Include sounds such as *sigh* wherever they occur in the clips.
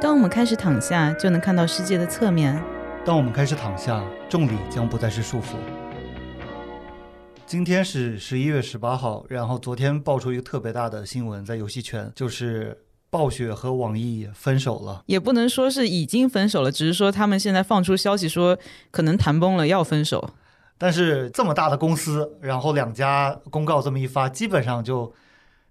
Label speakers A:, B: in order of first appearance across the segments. A: 当我们开始躺下，就能看到世界的侧面。
B: 当我们开始躺下，重力将不再是束缚。今天是十一月十八号，然后昨天爆出一个特别大的新闻，在游戏圈就是暴雪和网易分手了。
A: 也不能说是已经分手了，只是说他们现在放出消息说可能谈崩了，要分手。
B: 但是这么大的公司，然后两家公告这么一发，基本上就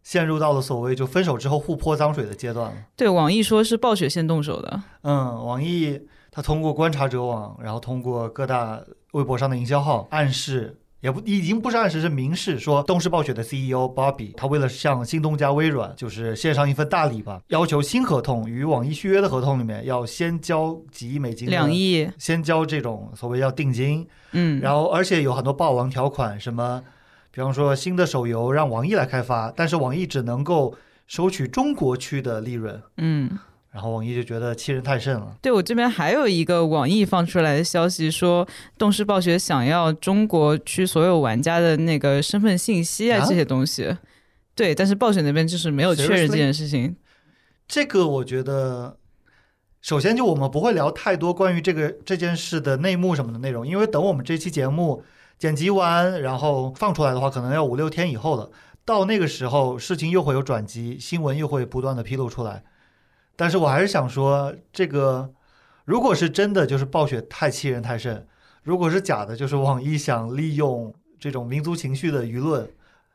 B: 陷入到了所谓就分手之后互泼脏水的阶段了。
A: 对，网易说是暴雪先动手的，
B: 嗯，网易它通过观察者网，然后通过各大微博上的营销号暗示，也不已经不是暗示，是明示说，东视暴雪的 CEO 鲍比，他为了向新东家微软就是献上一份大礼吧，要求新合同与网易续约的合同里面要先交几亿美金，
A: 两，亿，
B: 先交这种所谓叫定金，
A: 嗯，
B: 然后而且有很多霸王条款，什么，比方说新的手游让网易来开发，但是网易只能够收取中国区的利润，
A: 嗯，
B: 然后网易就觉得欺人太甚了。
A: 对我这边还有一个网易放出来的消息说，动视暴雪想要中国区所有玩家的那个身份信息啊
B: 啊
A: 这些东西。对，但是暴雪那边就是没有确认
B: Seriously？
A: 这件事情。
B: 这个我觉得，首先就我们不会聊太多关于这个这件事的内幕什么的内容，因为等我们这期节目剪辑完，然后放出来的话，可能要五六天以后了。到那个时候，事情又会有转机，新闻又会不断的披露出来。但是我还是想说，这个如果是真的，就是暴雪太欺人太甚；如果是假的，就是网易想利用这种民族情绪的舆论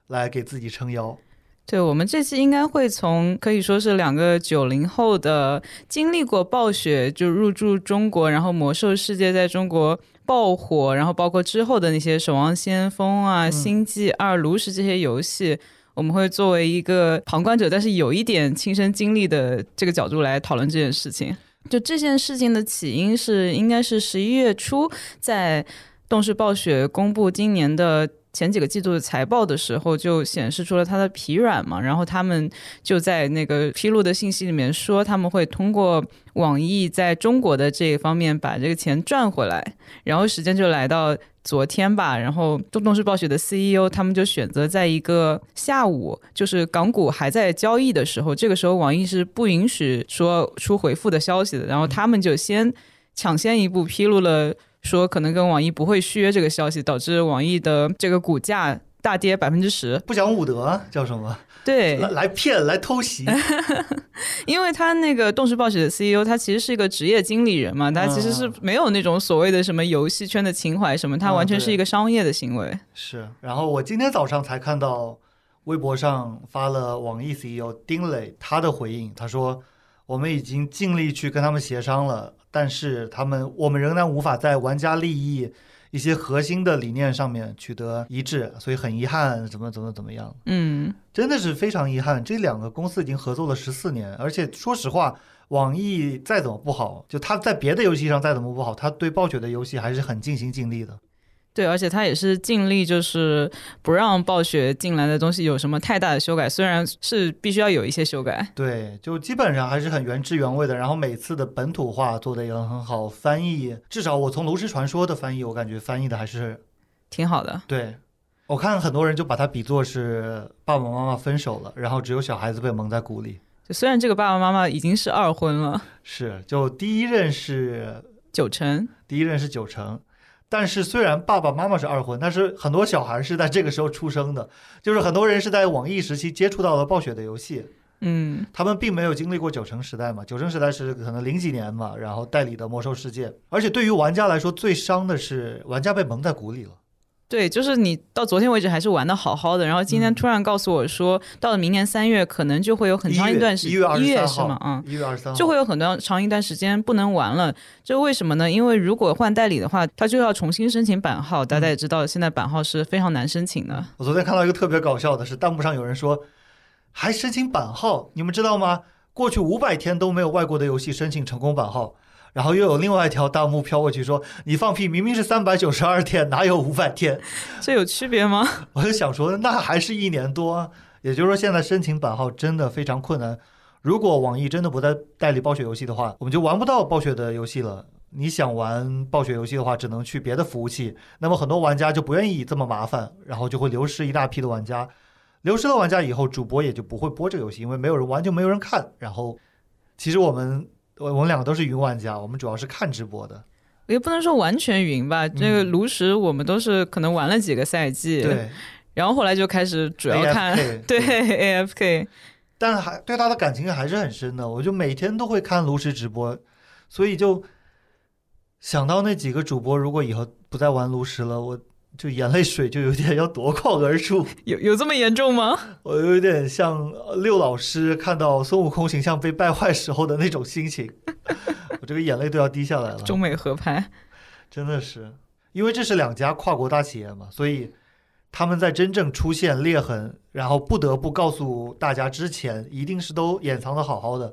B: 来给自己撑腰。
A: 对我们这期应该会从可以说是两个九零后的经历过暴雪就入驻中国，然后魔兽世界在中国爆火，然后包括之后的那些《守望先锋》啊、
B: 嗯
A: 星际二》、炉石这些游戏，我们会作为一个旁观者，但是有一点亲身经历的这个角度来讨论这件事情。就这件事情的起因是，应该是十一月初在动视暴雪公布今年的前几个季度的财报的时候，就显示出了它的疲软嘛。然后他们就在那个披露的信息里面说，他们会通过网易在中国的这一方面把这个钱赚回来。然后时间就来到昨天吧，然后动动视暴雪的 CEO 他们就选择在一个下午，就是港股还在交易的时候，这个时候网易是不允许说出回复的消息的，然后他们就先抢先一步披露了说可能跟网易不会续约这个消息，导致网易的这个股价大跌百分之十。
B: 不讲武德啊叫什么？
A: 对，
B: 来来骗来偷袭。
A: 因为他那个动视暴雪的 CEO，他其实是一个职业经理人嘛，他其实是没有那种所谓的什么游戏圈的情怀什么，他
B: 嗯
A: 完全
B: 对
A: 是一个商业的行为。
B: 是，然后我今天早上才看到微博上发了网易 CEO 丁磊他的回应，他说我们已经尽力去跟他们协商了，但是他们我们仍然无法在玩家利益一些核心的理念上面取得一致，所以很遗憾，怎么怎么怎么样，
A: 嗯，
B: 真的是非常遗憾。这两个公司已经合作了十四年，而且说实话。网易再怎么不好，就他在别的游戏上再怎么不好，他对暴雪的游戏还是很尽心尽力的。
A: 对，而且他也是尽力就是不让暴雪进来的东西有什么太大的修改，虽然是必须要有一些修改。
B: 对，就基本上还是很原汁原味的。然后每次的本土化做的也很好，翻译至少我从《炉石传说》的翻译，我感觉翻译的还是
A: 挺好的，
B: 对。我看很多人就把它比作是爸爸妈妈分手了，然后只有小孩子被蒙在鼓里。
A: 就虽然这个爸爸妈妈已经是二婚了，
B: 是，就第一任是
A: 九成，
B: 第一任是九成，但是虽然爸爸妈妈是二婚，但是很多小孩是在这个时候出生的，就是很多人是在网易时期接触到了暴雪的游戏，
A: 嗯，
B: 他们并没有经历过九成时代嘛，九成时代是可能零几年嘛，然后代理的《魔兽世界》，而且对于玩家来说，最伤的是玩家被蒙在鼓里了。
A: 对，就是你到昨天为止还是玩的好好的，然后今天
B: 嗯
A: 突然告诉我说，到了明年三月可能就会有很长一段时
B: 一月
A: 一
B: 一月
A: 月
B: 二十
A: 是
B: 三
A: 吗？嗯
B: 号，，一月二十三号
A: 就会有很多长一段时间不能玩了。这为什么呢？因为如果换代理的话，他就要重新申请版号。大家
B: 嗯
A: 也知道，现在版号是非常难申请的。
B: 我昨天看到一个特别搞笑的是，弹幕上有人说还申请版号，你们知道吗？过去五百天都没有外国的游戏申请成功版号。然后又有另外一条弹幕飘过去说：“你放屁，明明是三百九十二天，哪有五百天
A: 这有区别吗？？” *laughs*
B: 我就想说，那还是一年多、啊。也就是说，现在申请版号真的非常困难。如果网易真的不再代理暴雪游戏的话，我们就玩不到暴雪的游戏了。你想玩暴雪游戏的话，只能去别的服务器。那么很多玩家就不愿意这么麻烦，然后就会流失一大批的玩家。流失了玩家以后，主播也就不会播这个游戏，因为没有人玩就没有人看。然后，其实我们我我们两个都是云玩家，我们主要是看直播的。
A: 也不能说完全云吧，这个炉石我们都是可能玩了几个赛季，，
B: 嗯对，
A: 然后后来就开始主要看 *laughs*
B: AFK
A: 对 AFK，
B: 但还对他的感情还是很深的。我就每天都会看炉石直播，所以就想到那几个主播，如果以后不再玩炉石了，我就眼泪水就有点要夺眶而出。 *laughs*
A: 有有这么严重吗？
B: 我有点像呃六老师看到孙悟空形象被败坏时候的那种心情， *laughs* 我这个眼泪都要滴下来了，
A: 中美合拍，
B: 真的是，因为这是两家跨国大企业嘛，所以他们在真正出现裂痕，然后不得不告诉大家之前，一定是都掩藏的好好的，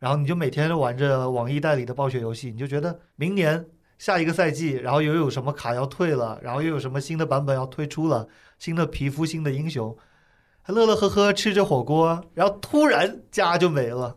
B: 然后你就每天玩着网易代理的暴雪游戏，你就觉得明年。下一个赛季，然后又有什么卡要退了，然后又有什么新的版本要推出了，新的皮肤、新的英雄，还乐乐呵呵吃着火锅，然后突然家就没了。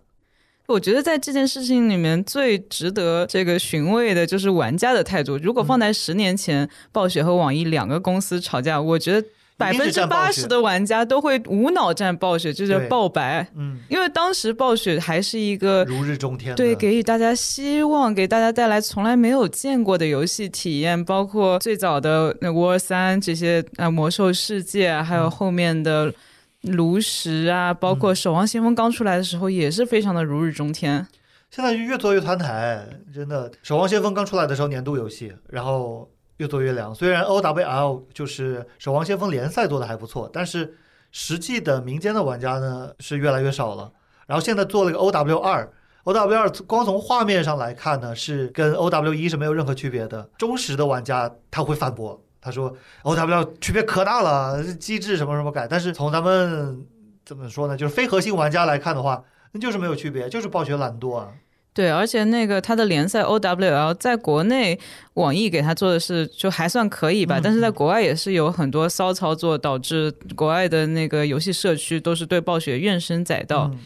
A: 我觉得在这件事情里面最值得这个询味的就是玩家的态度。如果
B: 嗯
A: 放在十年前，暴雪和网易两个公司吵架，我觉得百
B: 一定
A: 分
B: 是
A: 之
B: 站暴
A: 八
B: 雪
A: 十的玩家都会无脑站暴雪，就叫
B: 对
A: 爆白。
B: 嗯，
A: 因为当时暴雪还是一个
B: 如日中天的。
A: 对，给予大家希望，给大家带来从来没有见过的游戏体验，包括最早的那《War 三》这些啊，呃魔兽世界啊，还有
B: 嗯
A: 后面的炉石啊，包括《守望先锋》刚出来的时候，也是非常的如日中天。
B: 现在就越做越摊台，真的。守望先锋刚出来的时候年度游戏，然后越做越凉。虽然 OWL 就是守望先锋联赛做的还不错，但是实际的民间的玩家呢是越来越少了。然后现在做了个 OW 二。OW 二光从画面上来看呢，是跟 OW 一是没有任何区别的。忠实的玩家他会反驳，他说 OW 区别可大了，机制什么什么改。但是从咱们怎么说呢，就是非核心玩家来看的话，那就是没有区别，就是暴雪懒惰啊。
A: 对，而且那个它的联赛 OWL 在国内网易给它做的是就还算可以吧，
B: 嗯
A: 但是在国外也是有很多骚操作，导致国外的那个游戏社区都是对暴雪怨声载道。
B: 嗯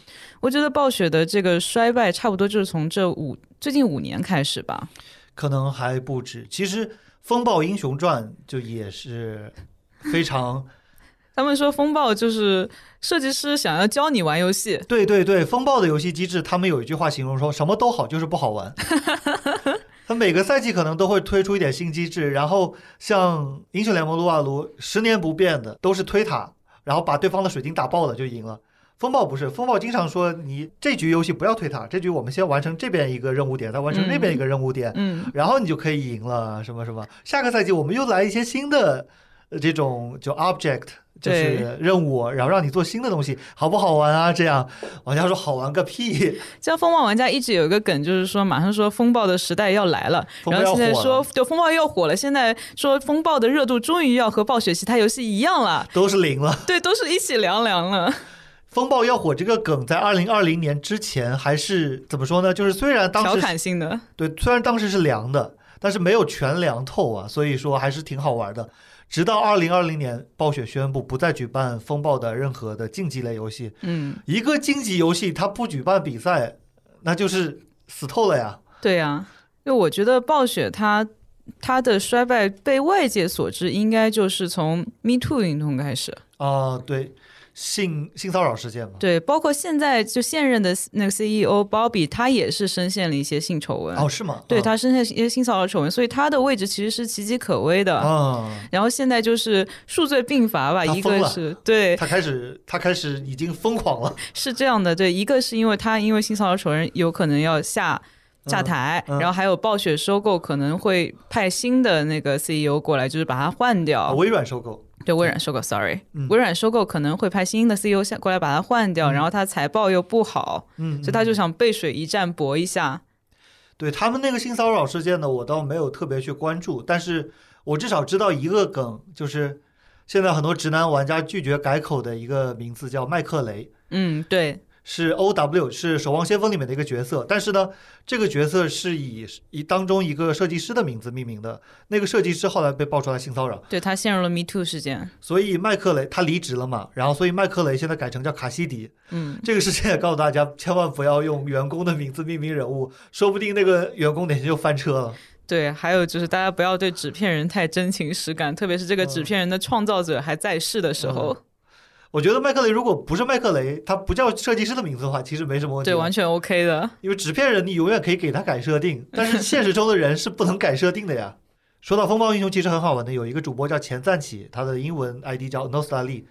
A: 我觉得暴雪的这个衰败，差不多就是从这五最近五年开始吧。
B: 可能还不止。其实《风暴英雄传》就也是非常 *laughs*
A: 他们说风暴就是设计师想要教你玩游戏，
B: 对对对，风暴的游戏机制，他们有一句话形容说什么都好，就是不好玩。他每个赛季可能都会推出一点新机制，然后像英雄联盟撸啊撸，十年不变的都是推塔，然后把对方的水晶打爆了就赢了。风暴不是，风暴经常说你这局游戏不要推塔，这局我们先完成这边一个任务点，再完成那边一个任务点，
A: 嗯，
B: 然后你就可以赢了，什么什么。下个赛季我们又来一些新的呃这种就 object，
A: 对
B: 就是任务，然后让你做新的东西，好不好玩啊？这样玩家说好玩个屁，
A: 像风暴玩家一直有一个梗，就是说马上说风暴的时代要来了，
B: 风暴
A: 然
B: 要
A: 后现在
B: 火
A: 说
B: 了
A: 对风暴要火了，现在说风暴的热度终于要和暴雪其他游戏一样
B: *laughs*
A: 了，
B: 都是零了。
A: 对，都是一起凉凉了。
B: 风暴要火这个梗在二零二零年之前还是怎么说呢？就是虽然
A: 调
B: 当时
A: 侃性的，
B: 对，虽然当时是凉的，但是没有全凉透啊，所以说还是挺好玩的。直到二零二零年，暴雪宣布不再举办风暴的任何的竞技类游戏，
A: 嗯，
B: 一个竞技游戏它不举办比赛，那就是死透了呀。
A: 对呀、因为我觉得暴雪它它的衰败被外界所知，应该就是从 Me Too 运动开始。
B: 啊、对，性性骚扰事件嘛。
A: 对，包括现在就现任的那个 CEO Bobby，他也是深陷了一些性丑闻，
B: 哦，是吗？
A: 对
B: 啊
A: 他深陷一些性骚扰丑闻，所以他的位置其实是岌岌可危的。
B: 啊，
A: 然后现在就是数罪并罚吧，
B: 他
A: 一
B: 疯
A: 个
B: 了
A: 是对
B: 他开始他开始已经疯狂了。
A: 是这样的，对，一个是因为他因为性骚扰丑闻有可能要下下台，
B: 嗯嗯
A: 然后还有暴雪收购可能会派新的那个 CEO 过来，就是把他换掉。
B: 啊微软收购，
A: 对微软收购，sorry，、
B: 嗯
A: 微软收购可能会派新的 CEO 下过来把它换掉，然后他财报又不好，
B: 嗯，
A: 所以他
B: 嗯
A: 就想背水一战搏一下。
B: 对他们那个性骚扰事件呢，我倒没有特别去关注，但是我至少知道一个梗，就是现在很多直男玩家拒绝改口的一个名字叫麦克雷。
A: 嗯，对，
B: 是 O W，是《守望先锋》里面的一个角色，但是呢，这个角色是以以当中一个设计师的名字命名的。那个设计师后来被爆出来性骚扰，
A: 对他陷入了 Me Too 事件。
B: 所以麦克雷他离职了嘛，然后所以麦克雷现在改成叫卡西迪。
A: 嗯，
B: 这个事情也告诉大家，千万不要用员工的名字命名人物，说不定那个员工哪天就翻车了。
A: 对，还有就是大家不要对嗯纸片人太真情实感，特别是这个纸片人的创造者还在世的时候。
B: 我觉得麦克雷如果不是麦克雷，他不叫设计师的名字的话，其实没什么问题。
A: 对，完全 OK 的。
B: 因为纸片人你永远可以给他改设定，但是现实中的人是不能改设定的呀。说到风暴英雄，其实很好玩的，有一个主播叫钱赞起，他的英文 ID 叫 Nostra Lee。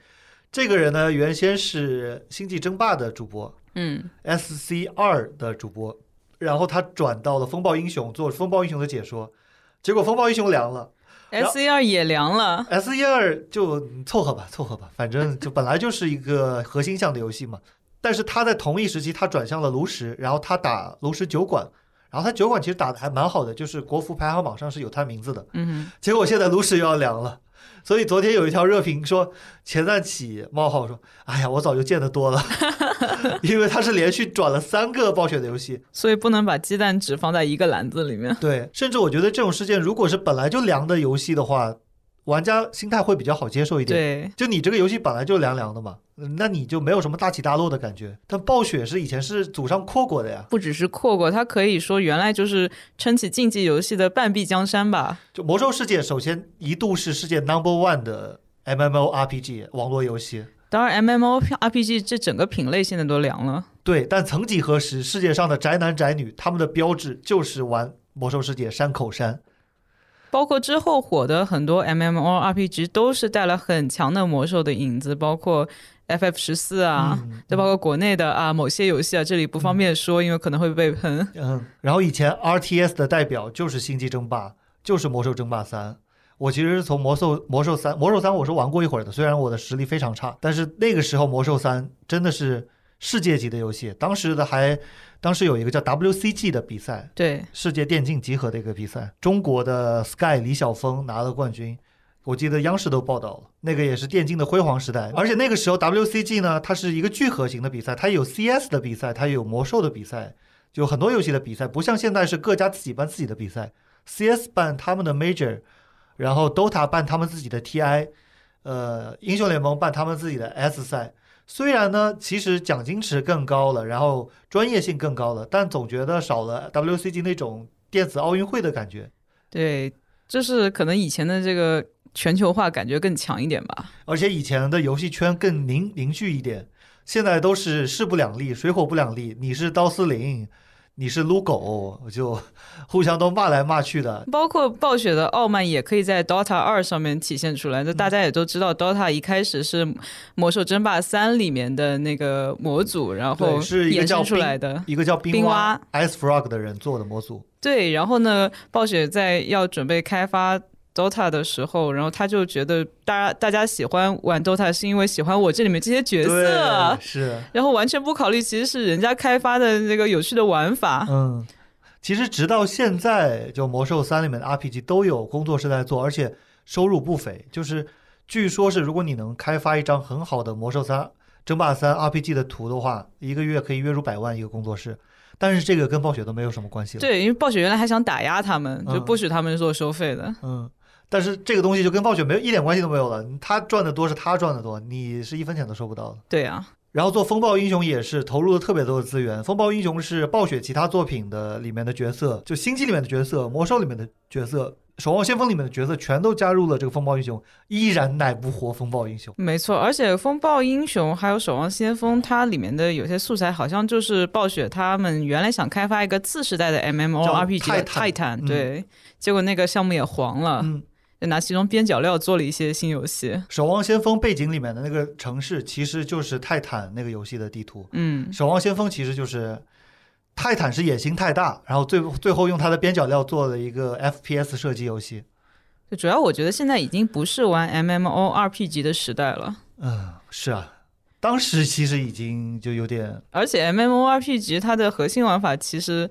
B: 这个人呢，原先是《星际争霸》的主播
A: 嗯，
B: ，SC 二的主播，然后他转到了风暴英雄做风暴英雄的解说，结果风暴英雄凉了。然后
A: S E 二也凉了，
B: S 一二就凑合吧，凑合吧，反正就本来就是一个核心向的游戏嘛。但是他在同一时期，他转向了炉石，然后他打炉石酒馆，然后他酒馆其实打的还蛮好的，就是国服排行榜上是有他名字的。
A: 嗯哼，
B: 结果现在炉石又要凉了，所以昨天有一条热评说钱赞起冒号说：“哎呀，我早就见得多了，因为他是连续转了三个暴雪的游戏，
A: 所以不能把鸡蛋只放在一个篮子里面。
B: 对，甚至我觉得这种事件如果是本来就凉的游戏的话，玩家心态会比较好接受一点。”
A: 对，
B: 就你这个游戏本来就凉凉的嘛，那你就没有什么大起大落的感觉。但暴雪是以前是祖上扩过的呀，
A: 不只是扩过，它可以说原来就是撑起竞技游戏的半壁江山吧。
B: 就魔兽世界首先一度是世界 number one 的 MMORPG 网络游戏，
A: 当然，MMORPG 这整个品类现在都凉了。
B: 对。但曾几何时，世界上的宅男宅女他们的标志就是玩魔兽世界山口山，
A: 包括之后火的很多 MMORPG 都是带了很强的魔兽的影子，包括 FF 十四啊，
B: 嗯
A: 再包括国内的啊某些游戏啊，这里不方便说，因为可能会被喷。
B: 嗯，然后以前 RTS 的代表就是《星际争霸》，就是《魔兽争霸三》。我其实是从魔兽魔兽三魔兽三我是玩过一会儿的，虽然我的实力非常差，但是那个时候魔兽三真的是世界级的游戏。当时的还当时有一个叫 WCG 的比赛，
A: 对，
B: 世界电竞集合的一个比赛，中国的 Sky 李晓峰拿了冠军。我记得央视都报道了，那个也是电竞的辉煌时代，而且那个时候 WCG 呢，它是一个聚合型的比赛，它有 CS 的比赛，它有魔兽的比赛，就很多游戏的比赛，不像现在是各家自己办自己的比赛，CS 办他们的 Major，然后 DOTA 办他们自己的 TI，呃，英雄联盟办他们自己的 S 赛。虽然呢，其实奖金池更高了，然后专业性更高了，但总觉得少了 WCG 那种电子奥运会的感觉。
A: 对，就是可能以前的这个全球化感觉更强一点吧。
B: 而且以前的游戏圈更凝凝聚一点，现在都是势不两立，水火不两立。你是刀司令，你是撸狗，就互相都骂来骂去的。
A: 包括暴雪的傲慢也可以在 DOTA 二上面体现出来。那
B: 嗯
A: 大家也都知道，DOTA 一开始是《魔兽争霸三》里面的那个模组，然后
B: 对是一个
A: 衍
B: 叫
A: 生出
B: 冰
A: 来的。
B: 一个叫冰
A: 冰
B: 蛙
A: 蛙
B: Ice Frog 的人做的模组，
A: 对，然后呢，暴雪在要准备开发 DOTA 的时候，然后他就觉得大家大家喜欢玩 DOTA 是因为喜欢我这里面这些角色
B: 对，，是
A: 然后完全不考虑其实是人家开发的那个有趣的玩法。
B: 嗯，其实直到现在，就《魔兽三》里面的 RPG 都有工作室在做，而且收入不菲。就是据说是，如果你能开发一张很好的《魔兽三》争霸三 RPG 的图的话，一个月可以月入百万一个工作室。但是这个跟暴雪都没有什么关系了。，
A: 对，因为暴雪原来还想打压他们，就
B: 嗯
A: 不许他们做收费的。
B: 嗯，但是这个东西就跟暴雪没有一点关系都没有了。他赚的多是他赚的多，你是一分钱都收不到的。
A: 对啊，
B: 然后做风暴英雄也是投入了特别多的资源。风暴英雄是暴雪其他作品的里面的角色，就星际里面的角色、魔兽里面的角色、守望先锋里面的角色，全都加入了这个风暴英雄，依然奶不活风暴英雄。
A: 没错，而且《风暴英雄》还有《守望先锋》，它里面的有些素材好像就是暴雪他们原来想开发一个次时代的 MMORPG
B: 叫
A: 的
B: 泰坦
A: 泰坦，
B: 嗯
A: 对，结果那个项目也黄了，
B: 嗯，
A: 就拿其中边角料做了一些新游戏。
B: 守望先锋背景里面的那个城市其实就是泰坦那个游戏的地图。
A: 嗯，
B: 守望先锋其实就是泰坦是野心太大，然后最最后用它的边角料做了一个 FPS 射击游戏。
A: 就主要我觉得现在已经不是玩 MMORPG 的时代了。
B: 嗯，是啊，当时其实已经就有点
A: 而且 MMORPG 它的核心玩法其实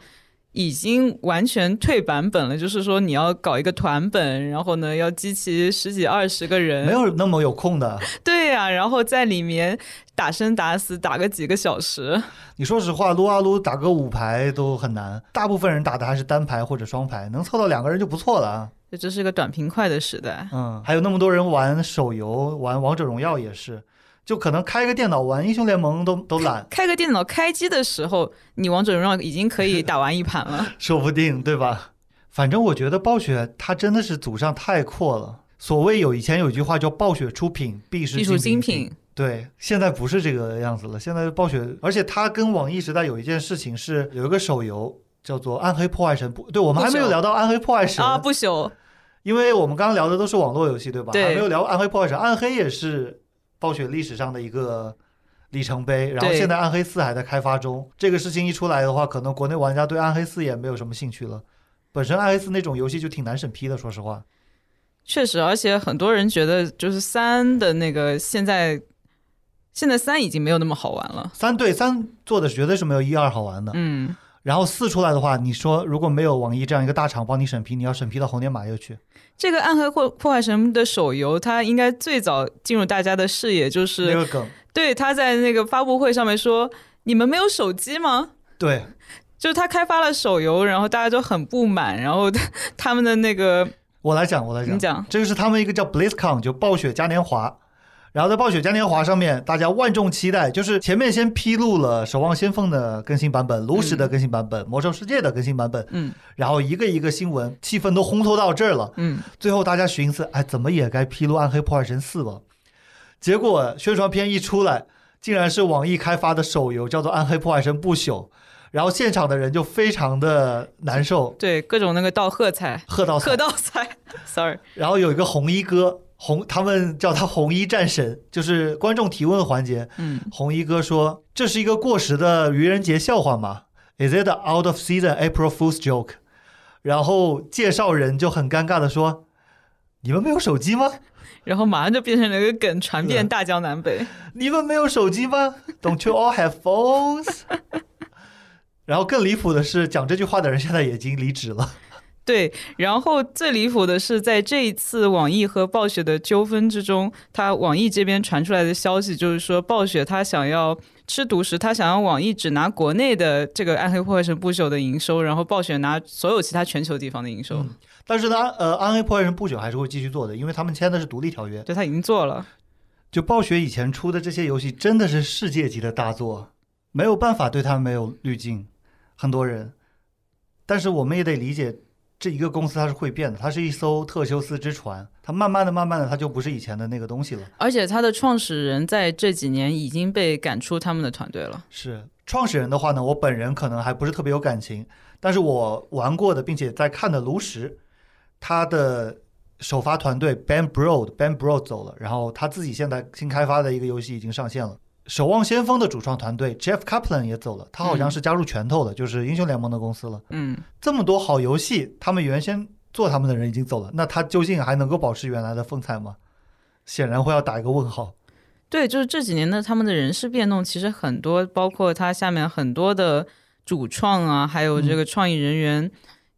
A: 已经完全退版本了，就是说你要搞一个团本，然后呢要集齐十几二十个人，
B: 没有那么有空的。
A: *laughs* 对呀、然后在里面打生打死，打个几个小时。
B: 你说实话，撸啊撸打个五排都很难，大部分人打的还是单排或者双排，能凑到两个人就不错了啊。
A: 这这是个短平快的时代，
B: 嗯，还有那么多人玩手游，玩王者荣耀也是，就可能开个电脑玩英雄联盟都都懒，。
A: 开个电脑开机的时候，你王者荣耀已经可以打完一盘了 *laughs*
B: 说不定对吧？反正我觉得暴雪它真的是祖上太阔了。所谓有以前有一句话叫“暴雪出品必是
A: 艺术精
B: 精
A: 品，
B: 对，现在不是这个样子了，现在暴雪，而且它跟网易时代有一件事情是有一个手游叫做《暗黑破坏神》，不对，我们还没有
A: 不朽
B: 聊到《暗黑破坏神》
A: 啊，不朽，
B: 因为我们刚刚聊的都是网络游戏，对吧？
A: 对
B: 还没有聊《暗黑破坏神》，《暗黑》也是暴雪历史上的一个里程碑。然后
A: 对
B: 现在《暗黑四》还在开发中，这个事情一出来的话，可能国内玩家对《暗黑四》也没有什么兴趣了。本身《暗黑四》那种游戏就挺难审批的，说实话。
A: 确实，而且很多人觉得就是三的那个现在，现在三已经没有那么好玩了。
B: 三对三做的绝对是没有一二好玩的。
A: 嗯，
B: 然后四出来的话，你说如果没有网易这样一个大厂帮你审批，你要审批到红点马月去，
A: 这个《暗黑破破坏神》的手游，它应该最早进入大家的视野，就
B: 那
A: 是
B: 个梗，
A: 对他在那个发布会上面说：“你们没有手机吗？”
B: 对
A: 就是他开发了手游，然后大家就很不满，然后他 *laughs* 们的那个
B: 我来讲，我来讲
A: 你，讲，
B: 这个是他们一个叫 BlizzCon，就暴雪嘉年华。然后在暴雪嘉年华上面，大家万众期待，就是前面先披露了《守望先锋》的更新版本、炉石的更新版本、魔兽世界的更新版本，
A: 嗯
B: 然后一个一个新闻，气氛都烘托到这儿了。
A: 嗯，
B: 最后大家寻思，哎，怎么也该披露《暗黑破坏神四》吧？结果宣传片一出来，竟然是网易开发的手游，叫做《暗黑破坏神不朽》，然后现场的人就非常的难受，
A: 对，各种那个道贺彩、
B: 喝
A: *laughs*
B: 到
A: 贺道彩，sorry，
B: 然后有一个红衣哥，红他们叫他红衣战神，就是观众提问环节，
A: 嗯，
B: 红衣哥说：“这是一个过时的愚人节笑话吗？”Is it an out of season April Fool's joke？然后介绍人就很尴尬的说：“你们没有手机吗？
A: 然后马上就变成了一个梗，传遍大江南北。
B: 你们没有手机吗？Don't you all have phones？” *laughs* 然后更离谱的是，讲这句话的人现在已经离职了。
A: 对，然后最离谱的是，在这一次网易和暴雪的纠纷之中，他网易这边传出来的消息就是说，暴雪他想要吃独食，他想要网易只拿国内的这个《暗黑破坏神不朽》的营收，然后暴雪拿所有其他全球地方的营收。
B: 嗯但是呢，呃，暗黑破坏神不朽还是会继续做的，因为他们签的是独立条约。
A: 对他已经做了，
B: 就暴雪以前出的这些游戏，真的是世界级的大作，没有办法对它没有滤镜，很多人。但是我们也得理解，这一个公司它是会变的，它是一艘特修斯之船，它慢慢的、慢慢的，它就不是以前的那个东西了。
A: 而且他的创始人在这几年已经被赶出他们的团队了。
B: 是创始人的话呢，我本人可能还不是特别有感情，但是我玩过的并且在看的炉石，他的首发团队 Ben Brode Ben Brode 走了，然后他自己现在新开发的一个游戏已经上线了。守望先锋的主创团队 Jeff Kaplan 也走了，他好像是加入拳头的，就是英雄联盟的公司了。
A: 嗯，
B: 这么多好游戏，他们原先做他们的人已经走了，那他究竟还能够保持原来的风采吗？显然会要打一个问号。
A: 对，就是这几年的他们的人事变动，其实很多，包括他下面很多的主创啊，还有
B: 嗯
A: 这个创意人员，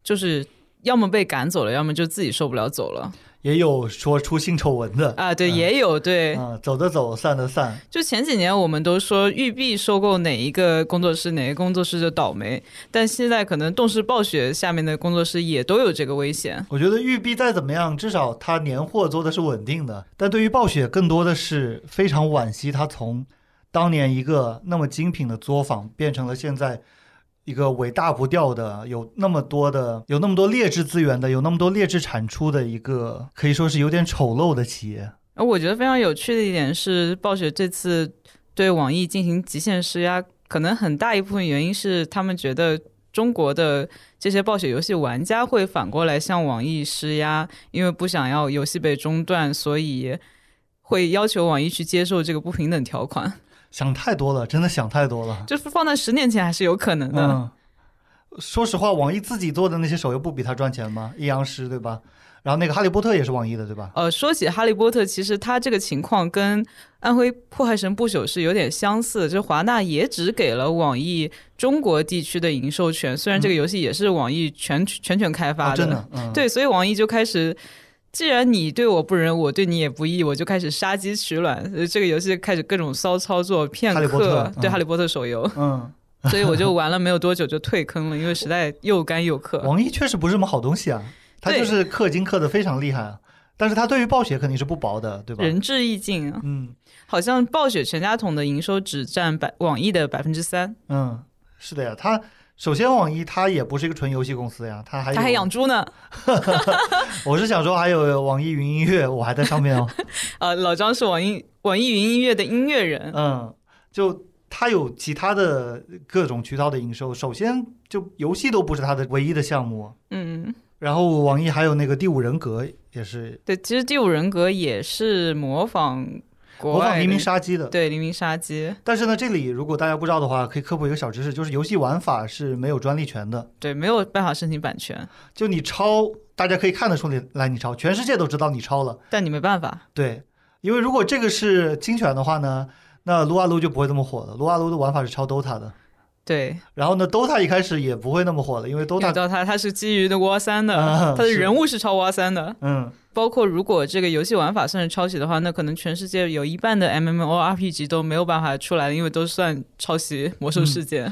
A: 就是要么被赶走了，要么就自己受不了走了
B: 也有说出性丑闻的，
A: 啊。对，
B: 嗯
A: 也有对，
B: 啊、走的走，散的散，
A: 就前几年我们都说育碧收购哪一个工作室，哪个工作室就倒霉，但现在可能动视暴雪下面的工作室也都有这个危险。
B: 我觉得育碧再怎么样，至少它年货做的是稳定的。但对于暴雪，更多的是非常惋惜，它从当年一个那么精品的作坊，变成了现在一个尾大不掉的、有那么多的、有那么多劣质资源的、有那么多劣质产出的一个，可以说是有点丑陋的企业。
A: 而我觉得非常有趣的一点是，暴雪这次对网易进行极限施压，可能很大一部分原因是他们觉得中国的这些暴雪游戏玩家会反过来向网易施压，因为不想要游戏被中断，所以会要求网易去接受这个不平等条款。 *laughs*
B: 想太多了，真的想太多了。
A: 就是放在十年前还是有可能的。
B: 嗯，说实话，网易自己做的那些手游不比它赚钱吗？阴阳师对吧？然后那个哈利波特也是网易的对吧？
A: 呃，说起《哈利波特》，其实它这个情况跟《安徽破坏神不朽》是有点相似的，就是华纳也只给了网易中国地区的营授权，虽然这个游戏也是网易全全权开发
B: 啊，嗯真的，嗯，
A: 对，所以网易就开始。既然你对我不仁，我对你也不义，我就开始杀鸡取卵。呃这个游戏开始各种骚操作、骗
B: 哈利波
A: 客
B: 特，
A: 对《
B: 嗯
A: 哈利波特》手游，
B: 嗯。
A: 所以我就玩了没有多久就退坑了，因为实在又干又 *laughs* 氪。
B: 网易确实不是什么好东西啊，它
A: 对
B: 就是氪金氪的非常厉害啊，但是它对于暴雪肯定是不薄的，对吧？
A: 仁至义尽啊！
B: 嗯
A: 好像暴雪全家桶的营收只占百网易的百分之三。
B: 嗯，是的呀，它首先，网易它也不是一个纯游戏公司呀，它还有
A: 他还养猪呢。
B: 我是想说，还有网易云音乐，我还在上面
A: *laughs*
B: 哦。
A: 呃，老张是网易网易云音乐的音乐人，
B: 嗯，就它有其他的各种渠道的营收。首先，就游戏都不是它的唯一的项目。啊
A: 嗯，
B: 然后，网易还有那个《第五人格》，也是
A: 对，其实《第五人格》也是模仿国
B: 模
A: 外
B: 仿
A: 的
B: 黎明杀机的。
A: 对黎明杀机，
B: 但是呢，这里如果大家不知道的话，可以科普一个小知识，就是游戏玩法是没有专利权的。
A: 对，没有办法申请版权，
B: 就你抄，大家可以看得出来来你抄，全世界都知道你抄了。
A: 但你没办法。
B: 对，因为如果这个是侵权的话呢，那撸啊撸就不会这么火了。撸啊撸的玩法是抄 DOTA 的，
A: 对，
B: 然后呢，DOTA 一开始也不会那么火了，因为
A: 我打
B: DOTA
A: 到他，他是基于的 War 三的，
B: *laughs* 啊
A: 他的
B: 是
A: 人物是超 War 三的。
B: 嗯，
A: 包括如果这个游戏玩法算是抄袭的话，那可能全世界有一半的 MMORPG 都没有办法出来，因为都算抄袭《魔兽世界》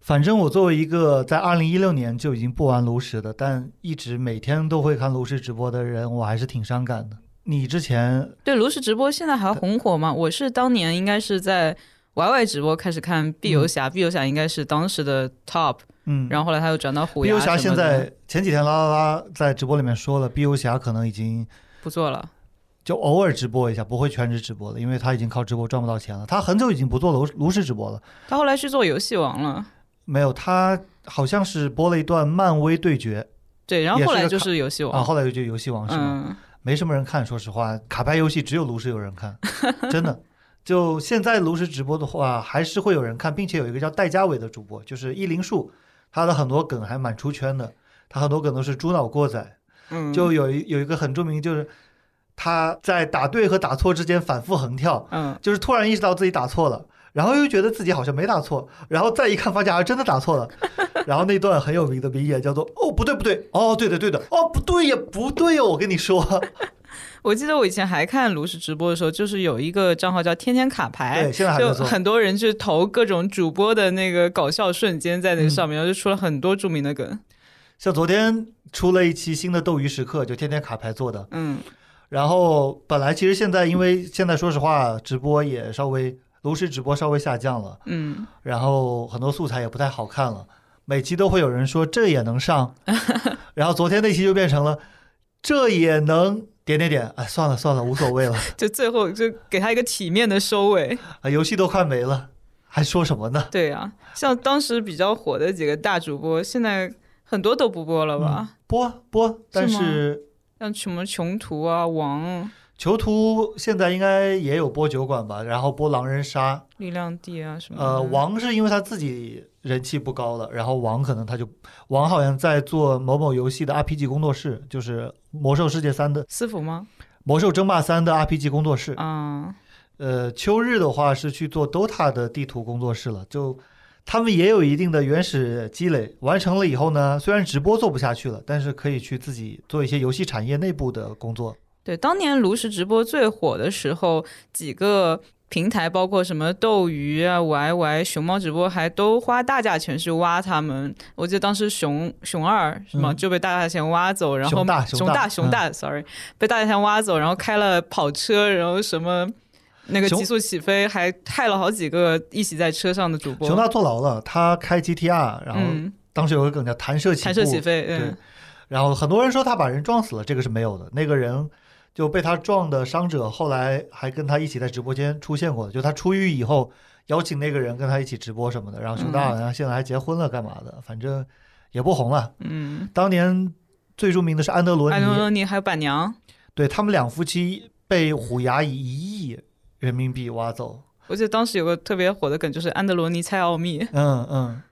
B: 反正我作为一个在二零一六年就已经不玩炉石的，但一直每天都会看炉石直播的人，我还是挺伤感的。你之前
A: 对，炉石直播现在还红火吗？我是当年应该是在 YY 直播开始看碧游侠，碧游侠应该是当时的 top，
B: 嗯，
A: 然后后来他又转到虎
B: 碧
A: 牙
B: 游
A: 什么
B: 侠
A: 的，
B: 现在前几天啦啦啦在直播里面说了，碧游侠可能已经
A: 不做了。
B: 就偶尔直播一下，不会全职直播了，因为他已经靠直播赚不到钱了。他很久已经不做炉炉石直播了，
A: 他后来去做游戏王了，
B: 没有，他好像是播了一段漫威对决
A: 对，然后后来
B: 也是个
A: 就是游戏
B: 啊，
A: 王，
B: 后来就游戏王是吗？
A: 嗯，
B: 没什么人看，说实话，卡牌游戏只有炉石有人看，真的。就现在炉石直播的话，还是会有人看，并且有一个叫戴家伟的主播，就是一零树，他的很多梗还蛮出圈的，他很多梗都是猪脑过载，
A: 嗯，
B: 就有一有一个很著名，就是他在打对和打错之间反复横跳，
A: 嗯，
B: 就是突然意识到自己打错了，然后又觉得自己好像没打错，然后再一看发现啊真的打
A: *laughs*
B: 错了，然后那段很有名的名言叫做“哦不对不对，哦对的对的，哦不对也不对哦”，我跟你说，
A: 我记得我以前还看炉石直播的时候，就是有一个账号叫天天卡牌，
B: 对现在还
A: 哎就
B: 在做
A: 很多人去投各种主播的那个搞笑瞬间在
B: 嗯
A: 那上面，然后就出了很多著名的梗。
B: 像昨天出了一期新的斗鱼时刻，就天天卡牌做的，
A: 嗯，
B: 然后本来其实现在因为现在说实话直播也稍微炉石直播稍微下降了，
A: 嗯，
B: 然后很多素材也不太好看了，每期都会有人说这也
A: *laughs*
B: 能上，然后昨天那期就变成了这也能点点点，哎，算了算了，无所谓了，
A: 就最后就给他一个体面的收尾。
B: 啊，游戏都快没了，还说什么呢？
A: 对啊，像当时比较火的几个大主播，现在很多都不播了
B: 嗯
A: 吧？
B: 播播，但
A: 是吗
B: 是
A: 像什么穷途啊、王、
B: 囚徒现在应该也有播酒馆吧，然后播狼人杀，
A: 力量帝啊什么的。
B: 呃，王是因为他自己人气不高了，然后王可能他就王好像在做某某游戏的 RPG 工作室，就是《魔兽世界三》的《
A: 私服吗？
B: 魔兽争霸三》的 RPG 工作室，
A: 啊、
B: 呃，秋日的话是去做 DOTA 的地图工作室了，就他们也有一定的原始积累，完成了以后呢，虽然直播做不下去了，但是可以去自己做一些游戏产业内部的工作。
A: 对，当年炉石直播最火的时候，几个平台包括什么斗鱼啊、YY、熊猫直播，还都花大价钱去挖他们。我记得当时熊熊二什么、
B: 嗯
A: 就被大价钱挖走，然后
B: 熊大
A: 熊
B: 熊大嗯
A: 大熊大、s o r r y 被大价钱挖走，然后开了跑车，然后什么。那个
B: 熊
A: 极速起飞还害了好几个一起在车上的主播。
B: 熊大坐牢了，他开 GTR，然后
A: 嗯，
B: 当时有个梗叫弹射起步，
A: 弹射起飞，
B: 对
A: 嗯，，
B: 然后很多人说他把人撞死了，这个是没有的。那个人就被他撞的伤者，后来还跟他一起在直播间出现过的。就他出狱以后，邀请那个人跟他一起直播什么的。然后熊大好像现在还结婚了，干嘛的？反正也不红了。
A: 嗯，
B: 当年最著名的是安德罗尼，
A: 艾伦罗尼还有板娘，
B: 对他们两夫妻被虎牙以一亿人民币挖走。
A: 我记得当时有个特别火的梗，就是安德罗尼猜奥秘，
B: 嗯嗯，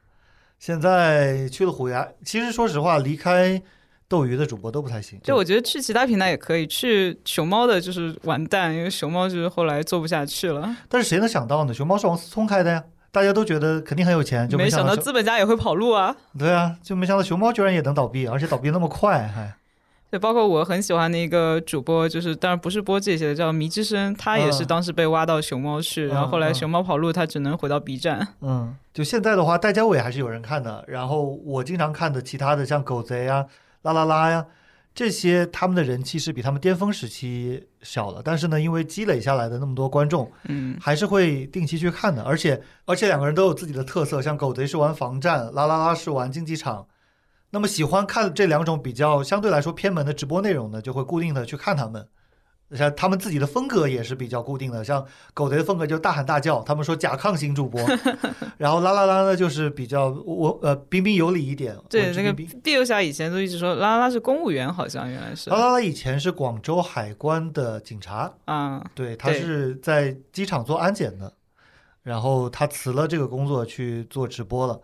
B: 现在去了虎牙，其实说实话，离开斗鱼的主播都不太行。
A: 就我觉得去其他平台也可以，去熊猫的就是完蛋，因为熊猫就是后来做不下去了。
B: 但是谁能想到呢？熊猫是王思聪开的呀，大家都觉得肯定很有钱，就
A: 没
B: 想
A: 想到
B: 熊
A: 资本家也会跑路啊！
B: 对啊，就没想到熊猫居然也能倒闭，而且倒闭那么快，哎还
A: 对，包括我很喜欢的一个主播，就是当然不是播这些的，叫迷之声，他也是
B: 嗯
A: 当时被挖到熊猫去，然后后来熊猫跑路，他只能回到 B 站。
B: 嗯，就现在的话，戴家伟还是有人看的。然后我经常看的其他的像狗贼啊、啦啦啦呀、这些他们的人气是比他们巅峰时期少了，但是呢，因为积累下来的那么多观众，
A: 嗯，
B: 还是会定期去看的。而且而且两个人都有自己的特色，像狗贼是玩房战，啦啦啦是玩竞技场。那么喜欢看这两种比较相对来说偏门的直播内容呢，就会固定的去看他们。像他们自己的风格也是比较固定的，像狗贼的风格就是大喊大叫，他们说甲亢型主播， *laughs* 然后啦啦啦呢就是比较我呃彬彬有礼一点，
A: 对
B: 文，质
A: 那个
B: 彬彬
A: B 六侠以前都一直说啦啦啦是公务员，好像原来是
B: 啦啦啦以前是广州海关的警察，
A: 啊，
B: 对他
A: 对
B: 是在机场做安检的，然后他辞了这个工作去做直播了，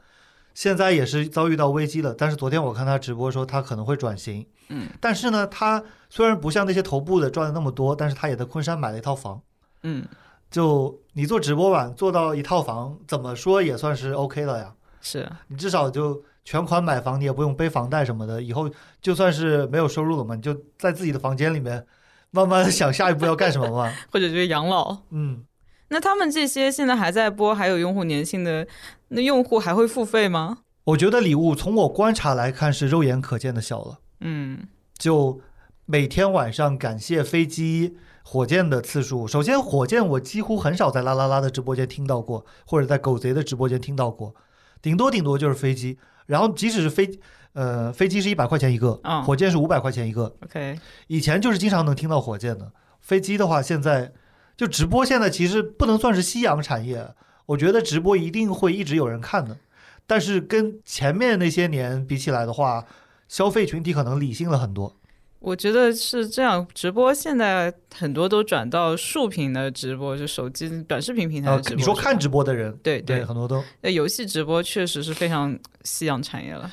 B: 现在也是遭遇到危机了。但是昨天我看他直播说他可能会转型，
A: 嗯，
B: 但是呢，他虽然不像那些头部的赚的那么多，但是他也在昆山买了一套房。
A: 嗯，
B: 就你做直播吧，做到一套房，怎么说也算是 OK 了呀。
A: 是，
B: 你至少就全款买房，你也不用背房贷什么的。以后就算是没有收入了嘛，你就在自己的房间里面慢慢地想下一步要干什么嘛。
A: 或者就是养老。
B: 嗯，
A: 那他们这些现在还在播，还有用户粘性的，那用户还会付费吗？
B: 我觉得礼物从我观察来看是肉眼可见的小了，
A: 嗯
B: 就每天晚上感谢飞机。火箭的次数，首先，火箭我几乎很少在啦啦啦的直播间听到过，或者在狗贼的直播间听到过，顶多顶多就是飞机。然后，即使是飞，呃，飞机是一百块钱一个，
A: 嗯
B: 火箭是五百块钱一个，
A: ，OK，
B: 以前就是经常能听到火箭的，飞机的话，现在就直播，现在其实不能算是夕阳产业，我觉得直播一定会一直有人看的，但是跟前面那些年比起来的话，消费群体可能理性了很多。
A: 我觉得是这样。直播现在很多都转到竖屏的直播，就手机短视频平台
B: 呃
A: 的直，播。
B: 你说
A: 是吧
B: 看直播的人，
A: 对
B: 对，
A: 对，
B: 很多都，
A: 那游戏直播确实是非常夕阳产业了。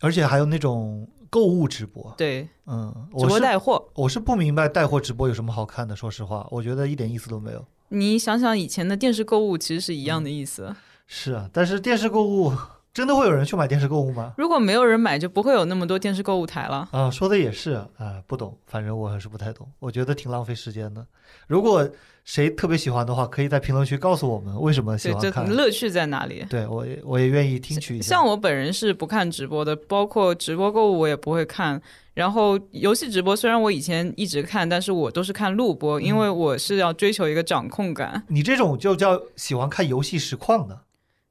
B: 而且还有那种购物直播，
A: 对，
B: 嗯，
A: 直
B: 我
A: 播
B: 是
A: 带货。
B: 我是不明白带货直播有什么好看的，说实话，我觉得一点意思都没有。
A: 你想想以前的电视购物其实是一样
B: 嗯
A: 的意思。
B: 是啊，但是电视购物 *laughs* 真的会有人去买电视购物吗？
A: 如果没有人买，就不会有那么多电视购物台了。
B: 啊，说的也是啊、不懂，反正我还是不太懂，我觉得挺浪费时间的。如果谁特别喜欢的话，可以在评论区告诉我们为什么喜
A: 对，
B: 欢
A: 这
B: 看。
A: 乐趣在哪里？
B: 对我也我也愿意听取一下
A: 像。我本人是不看直播的，包括直播购物我也不会看。然后游戏直播虽然我以前一直看，但是我都是看录播，因
B: 嗯
A: 为我是要追求一个掌控感。
B: 你这种就叫喜欢看游戏实况的，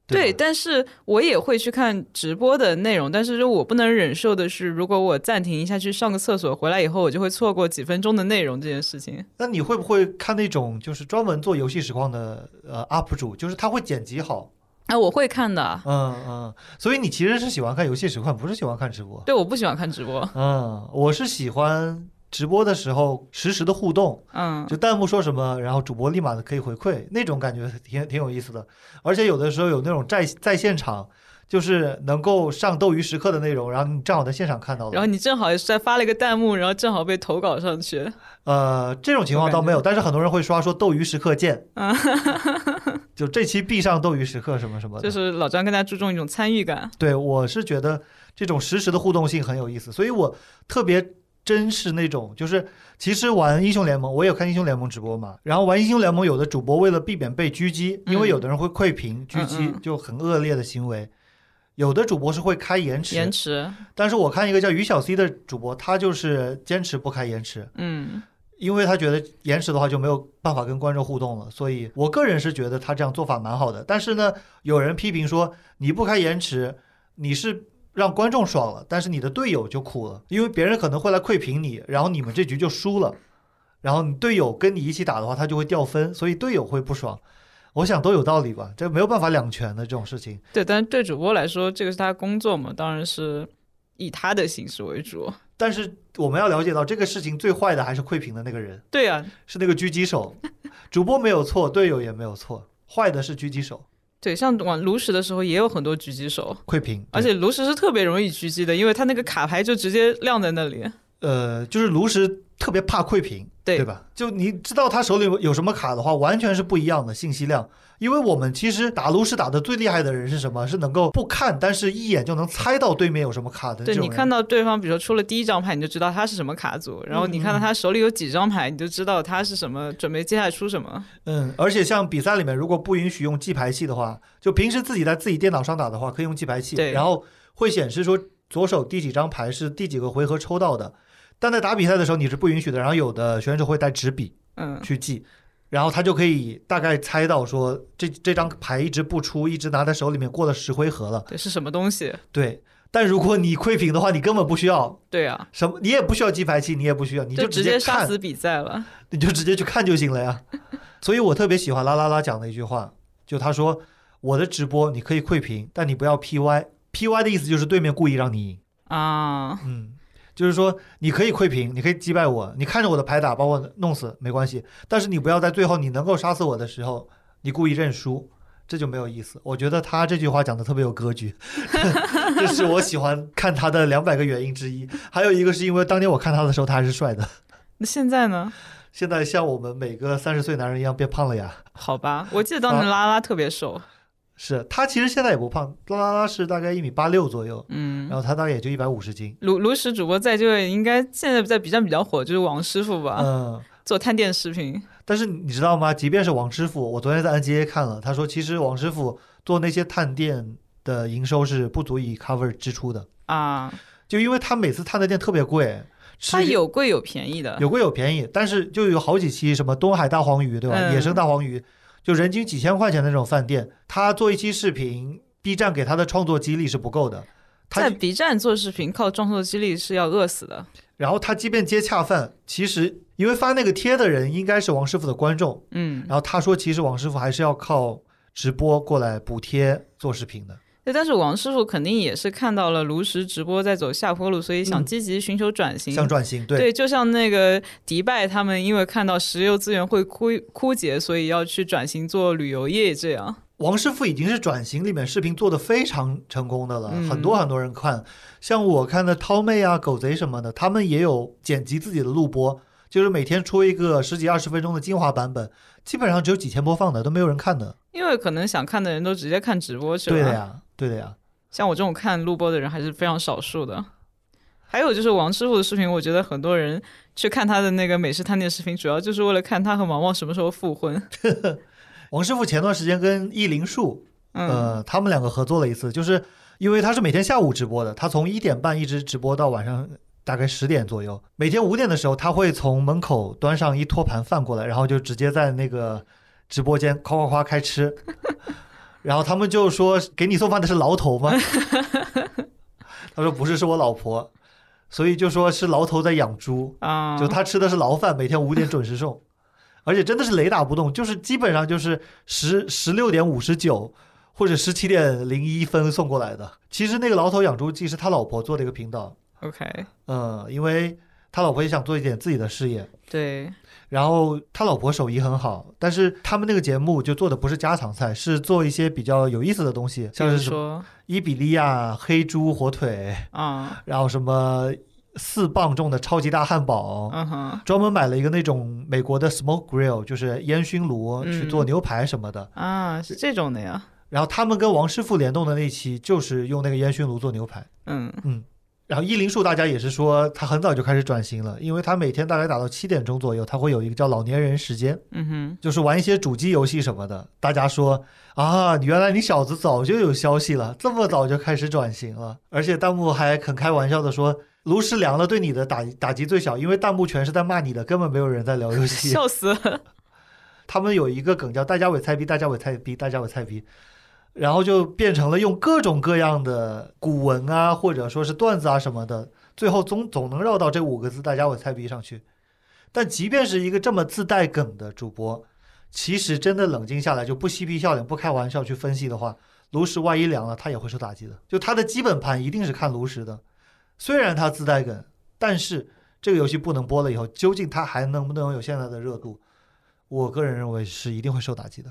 A: 对，
B: 吧
A: 但是我也会去看直播的内容，但是就我不能忍受的是，如果我暂停一下去上个厕所，回来以后我就会错过几分钟的内容这件事情。
B: 那你会不会看那种就是专门做游戏实况的呃 UP 主，就是他会剪辑好，
A: 啊，我会看的，
B: 嗯嗯，所以你其实是喜欢看游戏实况，不是喜欢看直播。
A: 对，我不喜欢看直播。
B: 嗯，我是喜欢直播的时候实时的互动，
A: 嗯，
B: 就弹幕说什么，然后主播立马的可以回馈，那种感觉挺挺有意思的。而且有的时候有那种在在现场，就是能够上斗鱼时刻的内容，然后你正好在现场看到
A: 然
B: 了。
A: 后你正好也是在发了一个弹幕，然后正好被投稿上去。
B: 呃，这种情况倒没有，但是很多人会刷说斗鱼时刻见，
A: 啊，
B: 就这期必上斗鱼时刻什么什么的。
A: 就是老张更加注重一种参与感。
B: 对，我是觉得这种实时的互动性很有意思，所以我特别珍视那种，就是其实玩英雄联盟，我也有看英雄联盟直播嘛，然后玩英雄联盟有的主播为了避免被狙击，因为有的人会窥屏、狙击
A: 嗯嗯，
B: 就很恶劣的行为。有的主播是会开延迟，
A: 延迟，
B: 但是我看一个叫于小 C 的主播，他就是坚持不开延迟，
A: 嗯，
B: 因为他觉得延迟的话就没有办法跟观众互动了，所以我个人是觉得他这样做法蛮好的。但是呢，有人批评说你不开延迟，你是让观众爽了，但是你的队友就苦了，因为别人可能会来窥屏你，然后你们这局就输了，然后你队友跟你一起打的话，他就会掉分，所以队友会不爽。我想都有道理吧，这没有办法两全的这种事情。
A: 对，但是对主播来说，这个是他工作嘛，当然是以他的形式为主。
B: 但是我们要了解到，这个事情最坏的还是窥屏的那个人，
A: 对啊，
B: 是那个狙击手， *laughs* 主播没有错，队友也没有错，坏的是狙击手。
A: 对，像玩炉石的时候也有很多狙击手，
B: 窥屏，
A: 而且炉石是特别容易狙击的，因为他那个卡牌就直接亮在那里。
B: 呃，就是炉石特别怕窥屏，
A: 对
B: 吧？就你知道他手里有什么卡的话，完全是不一样的信息量。因为我们其实打炉石打的最厉害的人是什么？是能够不看，但是一眼就能猜到对面有什么卡的这
A: 对
B: 种
A: 你
B: 人。
A: 看到对方，比如说出了第一张牌，你就知道他是什么卡组，然后你
B: 嗯
A: 看到他手里有几张牌，你就知道他是什么，准备接下来出什么。
B: 嗯，而且像比赛里面，如果不允许用记牌器的话，就平时自己在自己电脑上打的话，可以用记牌器，
A: 对
B: 然后会显示说左手第几张牌是第几个回合抽到的。但在打比赛的时候你是不允许的。然后有的选手会带纸笔
A: 嗯
B: 去记，然后他就可以大概猜到说这这张牌一直不出，一直拿在手里面过了十回合了。
A: 对，是什么东西？
B: 对，但如果你窥屏的话，你根本不需要
A: 对啊，
B: 什么，你也不需要记牌器，你也不需要，你
A: 就
B: 直
A: 直
B: 接
A: 接杀
B: 看，
A: 死比赛了。
B: 你就直接去看就行了呀。 *laughs* 所以我特别喜欢啦啦啦讲的一句话，就他说我的直播你可以窥屏，但你不要 PY。PY 的意思就是对面故意让你赢，
A: 啊，
B: 嗯，就是说你可以窥屏，你可以击败我，你看着我的牌打把我弄死没关系，但是你不要在最后你能够杀死我的时候，你故意认输，这就没有意思。我觉得他这句话讲的特别有格局， *laughs* 这是我喜欢看他的两百个原因之一。还有一个是因为当年我看他的时候他还是帅的，
A: 那现在呢？
B: 现在像我们每个三十岁男人一样变胖了呀。
A: 好吧，我记得当年拉拉特别瘦，
B: 是他其实现在也不胖，啦啦啦是大概一米八六左右，然
A: 嗯。
B: 后他大概也就一百五十斤。
A: 炉炉石主播在这位应该现在在 B 站比较火，就是王师傅吧，
B: 嗯，
A: 做探店视频。
B: 但是你知道吗？即便是王师傅，我昨天在 NGA 看了，他说其实王师傅做那些探店的营收是不足以 cover 支出的，
A: 啊，
B: 就因为他每次探的店特别贵，吃
A: 它有贵有便宜 *laughs* 的，
B: 有贵有便宜，但是就有好几期什么东海大黄鱼对吧？
A: 嗯
B: 野生大黄鱼就人均几千块钱的那种饭店，他做一期视频，B 站给他的创作激励是不够的，他
A: 在 B 站做视频靠创作激励是要饿死的。
B: 然后他即便接恰饭，其实因为发那个贴的人应该是王师傅的观众，
A: 嗯，
B: 然后他说，其实王师傅还是要靠直播过来补贴做视频的。
A: 对，但是王师傅肯定也是看到了炉石直播在走下坡路，所以想
B: 嗯
A: 积极寻求转型。
B: 想转型，对，
A: 对，就像那个迪拜，他们因为看到石油资源会枯枯竭，所以要去转型做旅游业这样。
B: 王师傅已经是转型里面视频做的非常成功的了，
A: 嗯
B: 很多很多人看，像我看的涛妹啊、狗贼什么的，他们也有剪辑自己的录播，就是每天出一个十几二十分钟的精华版本，基本上只有几千播放的，都没有人看的。
A: 因为可能想看的人都直接看直播去了。
B: 对的呀，对的呀，
A: 像我这种看录播的人还是非常少数的。还有就是王师傅的视频，我觉得很多人去看他的那个美食探店视频，主要就是为了看他和毛毛什么时候复婚。
B: 王师傅前段时间跟易林树
A: 嗯，
B: 呃，他们两个合作了一次，就是因为他是每天下午直播的，他从一点半一直直播到晚上大概十点左右。每天五点的时候，他会从门口端上一托盘饭过来，然后就直接在那个直播间夸夸夸开吃。 *laughs* 然后他们就说：“给你送饭的是牢头吗？” *laughs* 他说：“不是，是我老婆。”所以就说是牢头在养猪。
A: 啊、
B: 就他吃的是牢饭，每天五点准时送，而且真的是雷打不动，就是基本上就是十十六点五十九或者十七点零一分送过来的。其实那个牢头养猪记是他老婆做的一个频道，
A: OK，
B: 嗯，因为他老婆也想做一点自己的事业，
A: 对，
B: 然后他老婆手艺很好，但是他们那个节目就做的不是家常菜，是做一些比较有意思的东西，
A: 比
B: 像
A: 如
B: 是什么
A: 说
B: 伊比利亚黑猪火腿，
A: 啊，
B: 然后什么四磅重的超级大汉堡，
A: 嗯哼，
B: 专门买了一个那种美国的 smoke grill，就是烟熏炉
A: 嗯
B: 去做牛排什么的。
A: 啊，是这种的呀，
B: 然后他们跟王师傅联动的那期就是用那个烟熏炉做牛排。
A: 嗯，
B: 然后伊林树大家也是说他很早就开始转型了，因为他每天大概打到七点钟左右，他会有一个叫老年人时间，
A: 嗯哼，
B: 就是玩一些主机游戏什么的。大家说啊，原来你小子早就有消息了，这么早就开始转型了。 *laughs* 而且弹幕还很开玩笑的说。炉石凉了，对你的打打击最小，因为弹幕全是在骂你的，根本没有人在聊游戏。
A: 笑死了，
B: 他们有一个梗叫“大家伟菜逼，大家伟菜逼，大家伟菜逼”，然后就变成了用各种各样的古文啊，或者说是段子啊什么的，最后总总能绕到这五个字“大家伟菜逼”上去。但即便是一个这么自带梗的主播，其实真的冷静下来，就不嬉皮笑脸、不开玩笑去分析的话，炉石万一凉了，他也会受打击的。就他的基本盘一定是看炉石的，虽然他自带梗，但是这个游戏不能播了以后，究竟他还能不能有现在的热度？我个人认为是一定会受打击的。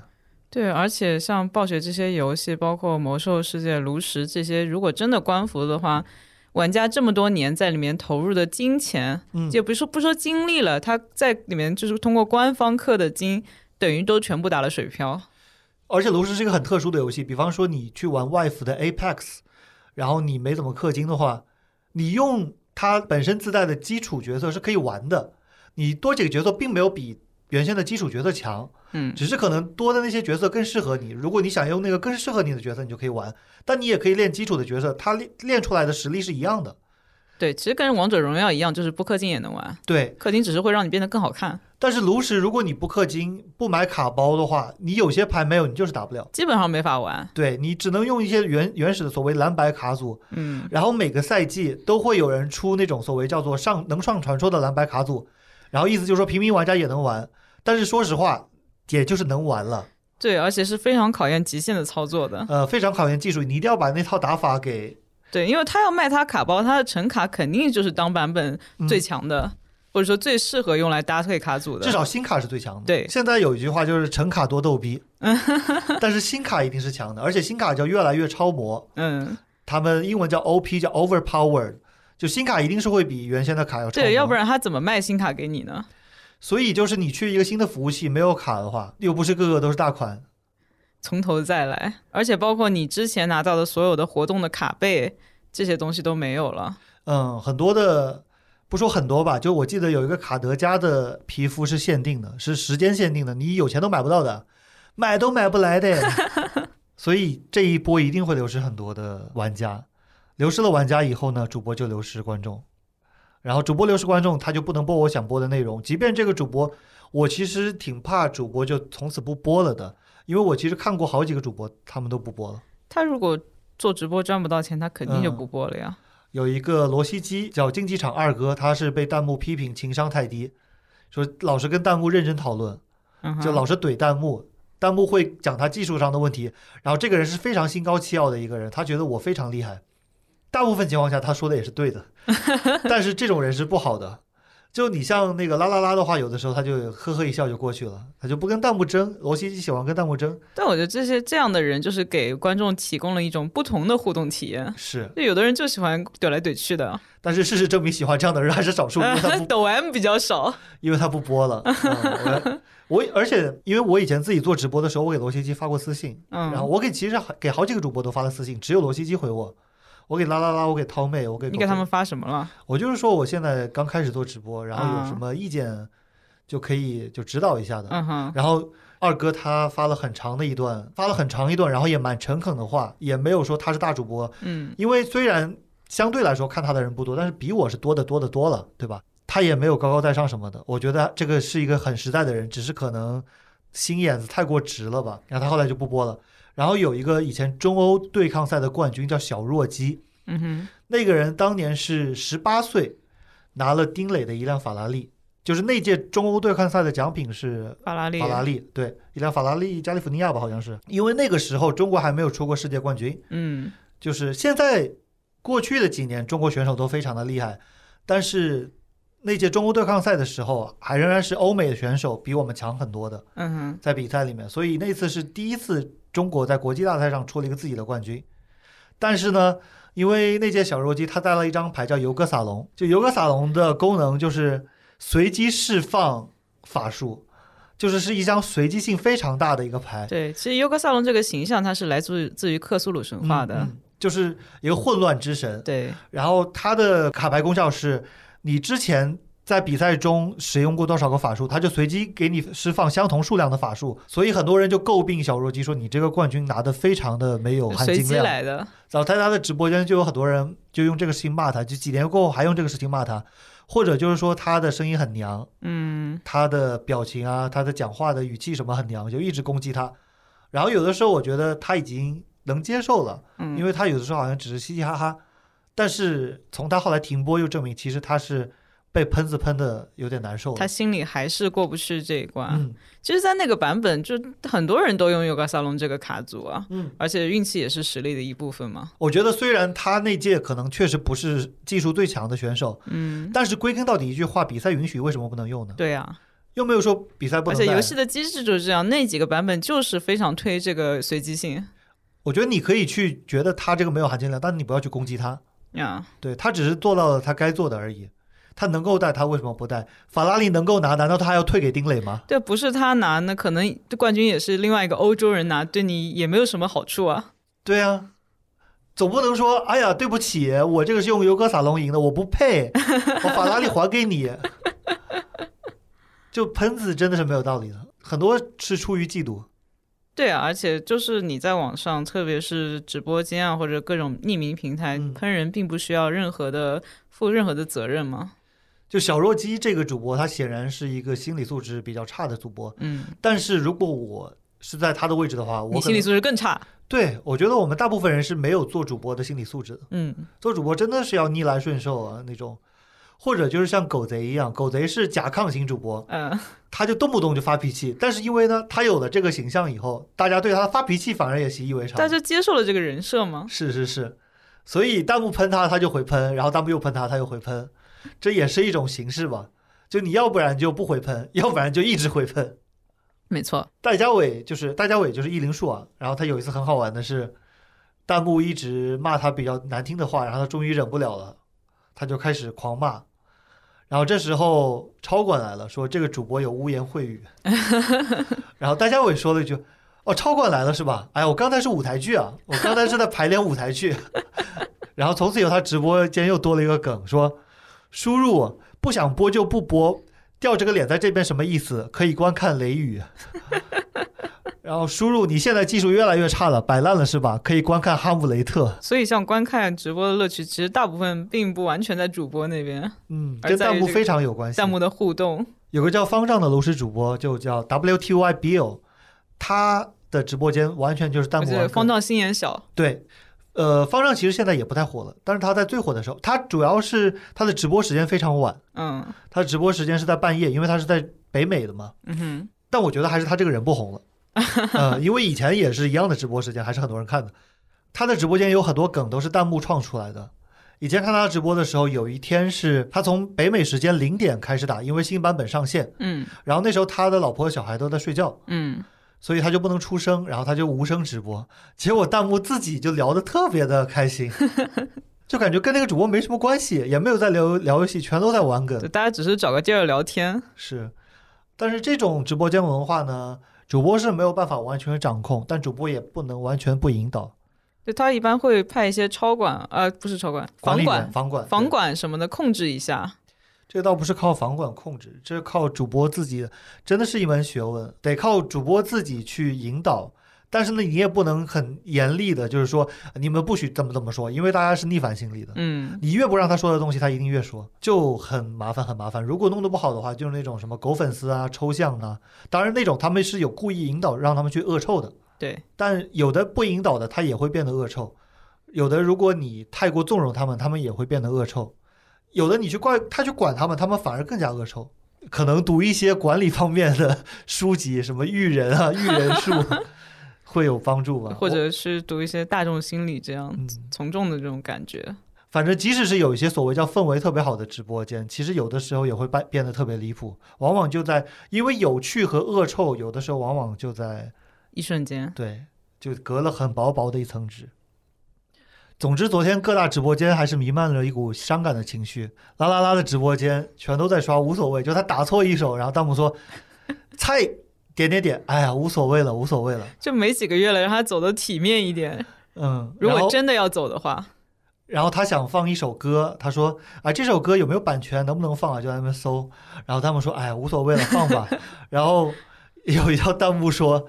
A: 对，而且像暴雪这些游戏，包括魔兽世界、炉石这些，如果真的官服的话，玩家这么多年在里面投入的金钱，
B: 嗯
A: 也不是说不说精力了，他在里面就是通过官方氪的金，等于都全部打了水漂。
B: 而且炉石是一个很特殊的游戏，比方说你去玩 Wife 的 Apex，然后你没怎么氪金的话，你用它本身自带的基础角色是可以玩的，你多几个角色并没有比原先的基础角色强，
A: 嗯，
B: 只是可能多的那些角色更适合你。如果你想用那个更适合你的角色，你就可以玩，但你也可以练基础的角色，它练练出来的实力是一样的。
A: 对，其实跟王者荣耀一样，就是不氪金也能玩，
B: 对，
A: 氪金只是会让你变得更好看。
B: 但是炉石如果你不氪金、不买卡包的话，你有些牌没有，你就是打不了。
A: 基本上没法玩。
B: 对你只能用一些原原始的所谓蓝白卡组，
A: 嗯，
B: 然后每个赛季都会有人出那种所谓叫做上能上传说的蓝白卡组，然后意思就是说平民玩家也能玩，但是说实话，也就是能玩了。
A: 对，而且是非常考验极限的操作的。
B: 呃，非常考验技术，你一定要把那套打法给
A: 对，因为他要卖他卡包，他的成卡肯定就是当版本
B: 嗯
A: 最强的，或者说最适合用来搭配卡组的。
B: 至少新卡是最强的。
A: 对
B: 现在有一句话就是“成卡多
A: *laughs*
B: 逗逼”，但是新卡一定是强的，而且新卡叫越来越超模，
A: 嗯，
B: 他们英文叫 OP，叫 Overpowered，就新卡一定是会比原先的卡要超模。
A: 对，要不然他怎么卖新卡给你呢？
B: 所以就是你去一个新的服务器没有卡的话，又不是个个都是大款，
A: 从头再来，而且包括你之前拿到的所有的活动的卡背这些东西都没有了。
B: 嗯，很多的不说很多吧，就我记得有一个卡德加的皮肤是限定的，是时间限定的，你有钱都买不到的，买都买不来的。 *laughs* 所以这一波一定会流失很多的玩家，流失了玩家以后呢，主播就流失观众，然后主播流失观众，他就不能播我想播的内容，即便这个主播，我其实挺怕主播就从此不播了的，因为我其实看过好几个主播，他们都不播了。
A: 他如果做直播赚不到钱，他肯
B: 嗯
A: 定就不播了呀。
B: 有一个罗西基叫竞技场二哥，他是被弹幕批评情商太低，说老是跟弹幕认真讨论，
A: 嗯哼，
B: 就老是怼弹幕，弹幕会讲他技术上的问题。然后这个人是非常心高气傲的一个人，他觉得我非常厉害。大部分情况下他说的也是对的， *laughs* 但是这种人是不好的。就你像那个啦啦啦的话，有的时候他就呵呵一笑就过去了，他就不跟弹幕争。罗西基喜欢跟弹幕争，
A: 但我觉得这些这样的人就是给观众提供了一种不同的互动体验。
B: 是，
A: 就有的人就喜欢怼来怼去的，
B: 但是事实证明，喜欢这样的人还是少数，因为他
A: *laughs*
B: 不
A: 抖 M 比较少。
B: 因为他不播
A: *laughs*
B: 了。嗯、我我而且因为我以前自己做直播的时候，我给罗西基发过私信，
A: 嗯，
B: 然后我给其实给好几个主播都发了私信，只有罗西基回我。我给啦啦啦，我给涛妹，我给
A: 你给他
B: 狗
A: 们发什么了？
B: 狗，我就是说我现在刚开始做直播，然后有
A: 啊
B: 什么意见就可以就指导一下的。
A: 嗯哼，
B: 然后二哥他发了很长的一段，发了很长一段，然后也蛮诚恳的话，也没有说他是大主播，
A: 嗯，
B: 因为虽然相对来说看他的人不多，但是比我是多的多的多了，对吧？他也没有高高在上什么的，我觉得这个是一个很实在的人，只是可能心眼子太过直了吧。然后他后来就不播了。然后有一个以前中欧对抗赛的冠军叫小弱鸡，
A: 嗯哼，
B: 那个人当年是十八岁，拿了丁磊的一辆法拉利，就是那届中欧对抗赛的奖品是
A: 法拉利，
B: 法拉利，对，一辆法拉利加利福尼亚吧，好像是，因为那个时候中国还没有出过世界冠军，
A: 嗯，
B: 就是现在过去的几年，中国选手都非常的厉害，但是那届中欧对抗赛的时候，还仍然是欧美的选手比我们强很多的，
A: 嗯哼，
B: 在比赛里面，所以那次是第一次中国在国际大赛上出了一个自己的冠军。但是呢，因为那届小弱鸡他带了一张牌叫尤格撒龙，就尤格撒龙的功能就是随机释放法术，就是是一张随机性非常大的一个牌。
A: 对，其实尤格萨隆这个形象，它是来自于自于克苏鲁神话的，
B: 嗯嗯就是一个混乱之神，
A: 对，
B: 然后它的卡牌功效是，你之前在比赛中使用过多少个法术，它就随机给你释放相同数量的法术。所以很多人就诟病小弱鸡说你这个冠军拿的非常的没有含
A: 随
B: 金
A: 机
B: 量。
A: 来的，
B: 然后在他的直播间就有很多人就用这个事情骂他，就几年过后还用这个事情骂他，或者就是说他的声音很娘，
A: 嗯，
B: 他的表情啊，他的讲话的语气什么很娘，就一直攻击他。然后有的时候我觉得他已经能接受了。
A: 嗯
B: 因为他有的时候好像只是嘻嘻哈哈，但是从他后来停播又证明，其实他是被喷子喷的有点难受了
A: 他。啊心里还是过不去这一关。
B: 嗯
A: 其实，在那个版本，就很多人都用尤格萨隆这个卡组啊，
B: 嗯，
A: 而且运气也是实力的一部分嘛。
B: 我觉得虽然他那届可能确实不是技术最强的选手，
A: 嗯，
B: 但是归根到底一句话，比赛允许为什么不能用呢？
A: 对啊，
B: 又没有说比嗯赛不
A: 而
B: 能带。
A: 且游戏的机制就是这样，那几个版本就是非常推这个随机性
B: 我觉得你可以去觉得他这个没有含金量，但你不要去攻击他，
A: 呀。
B: 对他只是做到了他该做的而已。他能够带，他为什么不带？法拉利能够拿，难道他还要退给丁磊吗？
A: 对，不是他拿，那可能冠军也是另外一个欧洲人拿，对你也没有什么好处啊。
B: 对啊，总不能说，哎呀，对不起，我这个是用尤格撒隆赢的，我不配，我法拉利还给你。就喷子真的是没有道理的，很多是出于嫉妒。
A: 对啊，而且就是你在网上，特别是直播间啊，或者各种匿名平台，
B: 嗯
A: 喷人并不需要任何的负任何的责任嘛。
B: 就小弱鸡这个主播，他显然是一个心理素质比较差的主播。
A: 嗯，
B: 但是如果我是在他的位置的话，呃我
A: 你
B: 可
A: 心理
B: 能
A: 素质更差。
B: 对我觉得我们大部分人是没有做主播的心理素质的。
A: 嗯，
B: 做主播真的是要逆来顺受啊那种，或者就是像狗贼一样，狗贼是甲亢型主播，
A: 呃，
B: 他就动不动就发脾气。但是因为呢，他有了这个形象以后，大家对他的发脾气反而也习以为常。
A: 大家接受了这个人设吗？
B: 是是是，所以弹幕喷他，他就回喷，然后弹幕又喷他，他又回喷，这也是一种形式吧。就你要不然就不回喷，要不然就一直回喷。
A: 没错，
B: 戴家伟就是戴家伟就是易林树啊，然后他有一次很好玩的是，弹幕一直骂他比较难听的话，然后他终于忍不了了，他就开始狂骂，然后这时候超管来了，说这个主播有污言秽语，然后戴家伟说了一句。哦，超管来了是吧？哎呀，我刚才是舞台剧啊，我刚才是在排练舞台剧。 *laughs* 然后从此以后，他直播间又多了一个梗，说输入不想播就不播，掉这个脸在这边什么意思？可以观看雷雨。然后输入你现在技术越来越差了，摆烂了是吧？可以观看《哈姆雷特》。
A: 所以像观看直播的乐趣，其实大部分并不完全在主播那边，
B: 嗯，
A: 而
B: 跟
A: 在于
B: 弹幕
A: 这个
B: 非常有关系。
A: 弹幕的互动。
B: 有个叫方丈的炉石主播，就叫 WTY Bill，他的直播间完全就是弹
A: 而
B: 幕
A: 且
B: 玩
A: 呃方
B: 梗。
A: 丈心眼小，
B: 对，呃，方丈其实现在也不太火了，但是他在最火的时候，他主要是他的直播时间非常晚，
A: 嗯
B: 他的直播时间是在半夜，因为他是在北美的嘛。
A: 嗯哼，
B: 但我觉得还是他这个人不红了，呃，因为以前也是一样的直播时间，还是很多人看的。他的直播间有很多梗都是弹幕创出来的。以前看他直播的时候，有一天是他从北美时间零点开始打，因为新版本上线，
A: 嗯
B: 然后那时候他的老婆小孩都在睡觉，
A: 嗯，
B: 所以他就不能出声，然后他就无声直播。结果弹幕自己就聊得特别的开心，就感觉跟那个主播没什么关系，也没有在聊聊游戏，全都在玩梗
A: 就。大家只是找个地儿聊天，
B: 是，但是这种直播间文化呢，主播是没有办法完全掌控，但主播也不能完全不引导。
A: 就他一般会派一些超管，呃，不是超管，
B: 管
A: 房
B: 理
A: 管
B: 员、，房管、
A: 房
B: 对，
A: 管什么的控制一下。
B: 这倒不是靠房管控制，这是靠主播自己的，真的是一门学问，得靠主播自己去引导。但是呢，你也不能很严厉的，就是说你们不许这么这么说，因为大家是逆反心理的。
A: 嗯，
B: 你越不让他说的东西，他一定越说，就很麻烦，很麻烦。如果弄得不好的话，就是那种什么狗粉丝啊、抽象啊，当然那种他们是有故意引导让他们去恶臭的，
A: 对，
B: 但有的不引导的，他也会变得恶臭；有的如果你太过纵容他们，他们也会变得恶臭；有的你去怪他去管他们，他们反而更加恶臭。可能读一些管理方面的书籍，什么育人啊、育人
A: *laughs*
B: 术，会有帮助吧？
A: 或
B: 我
A: 者是读一些大众心理这样
B: 嗯，
A: 从众的这种感觉。
B: 反正即使是有一些所谓叫氛围特别好的直播间，其实有的时候也会变变得特别离谱，往往就在因为有趣和恶臭，有的时候往往就在
A: 一瞬间，
B: 对，就隔了很薄薄的一层纸。总之，昨天各大直播间还是弥漫了一股伤感的情绪。啦啦啦的直播间全都在刷无所谓，就他打错一首，然后弹幕说“菜点点点”，哎呀，无所谓了，无所谓了。
A: 就没几个月了，让他走的体面一点。
B: 嗯，
A: 如
B: 然
A: 果
B: 后
A: 真的要走的话，
B: 然后他想放一首歌，他说：“啊，这首歌有没有版权？能不能放啊？”就在那边搜，然后弹幕说：“哎，无所谓了，放吧。” *laughs* 然后有一条弹幕说：“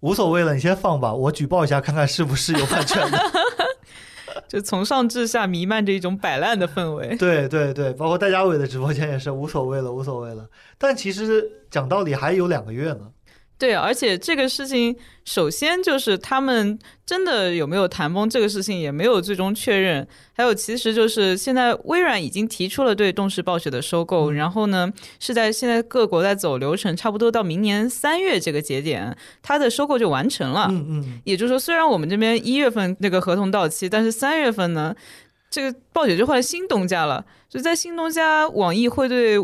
B: 无所谓了，你先放吧，我举报一下看看是不是有版权的。”
A: 就从上至下弥漫着一种摆烂的氛围。
B: 对对对，包括戴家伟的直播间也是无所谓了，无所谓了。但其实讲道理还有两个月呢。
A: 对，而且这个事情，首先就是他们真的有没有谈崩这个事情也没有最终确认。还有，其实就是现在微软已经提出了对动视暴雪的收购，然后呢是在现在各国在走流程，差不多到明年三月这个节点，它的收购就完成了。
B: 嗯嗯，
A: 也就是说，虽然我们这边一月份那个合同到期，但是三月份呢，这个暴雪就换了新东家了。所以在新东家，网易会对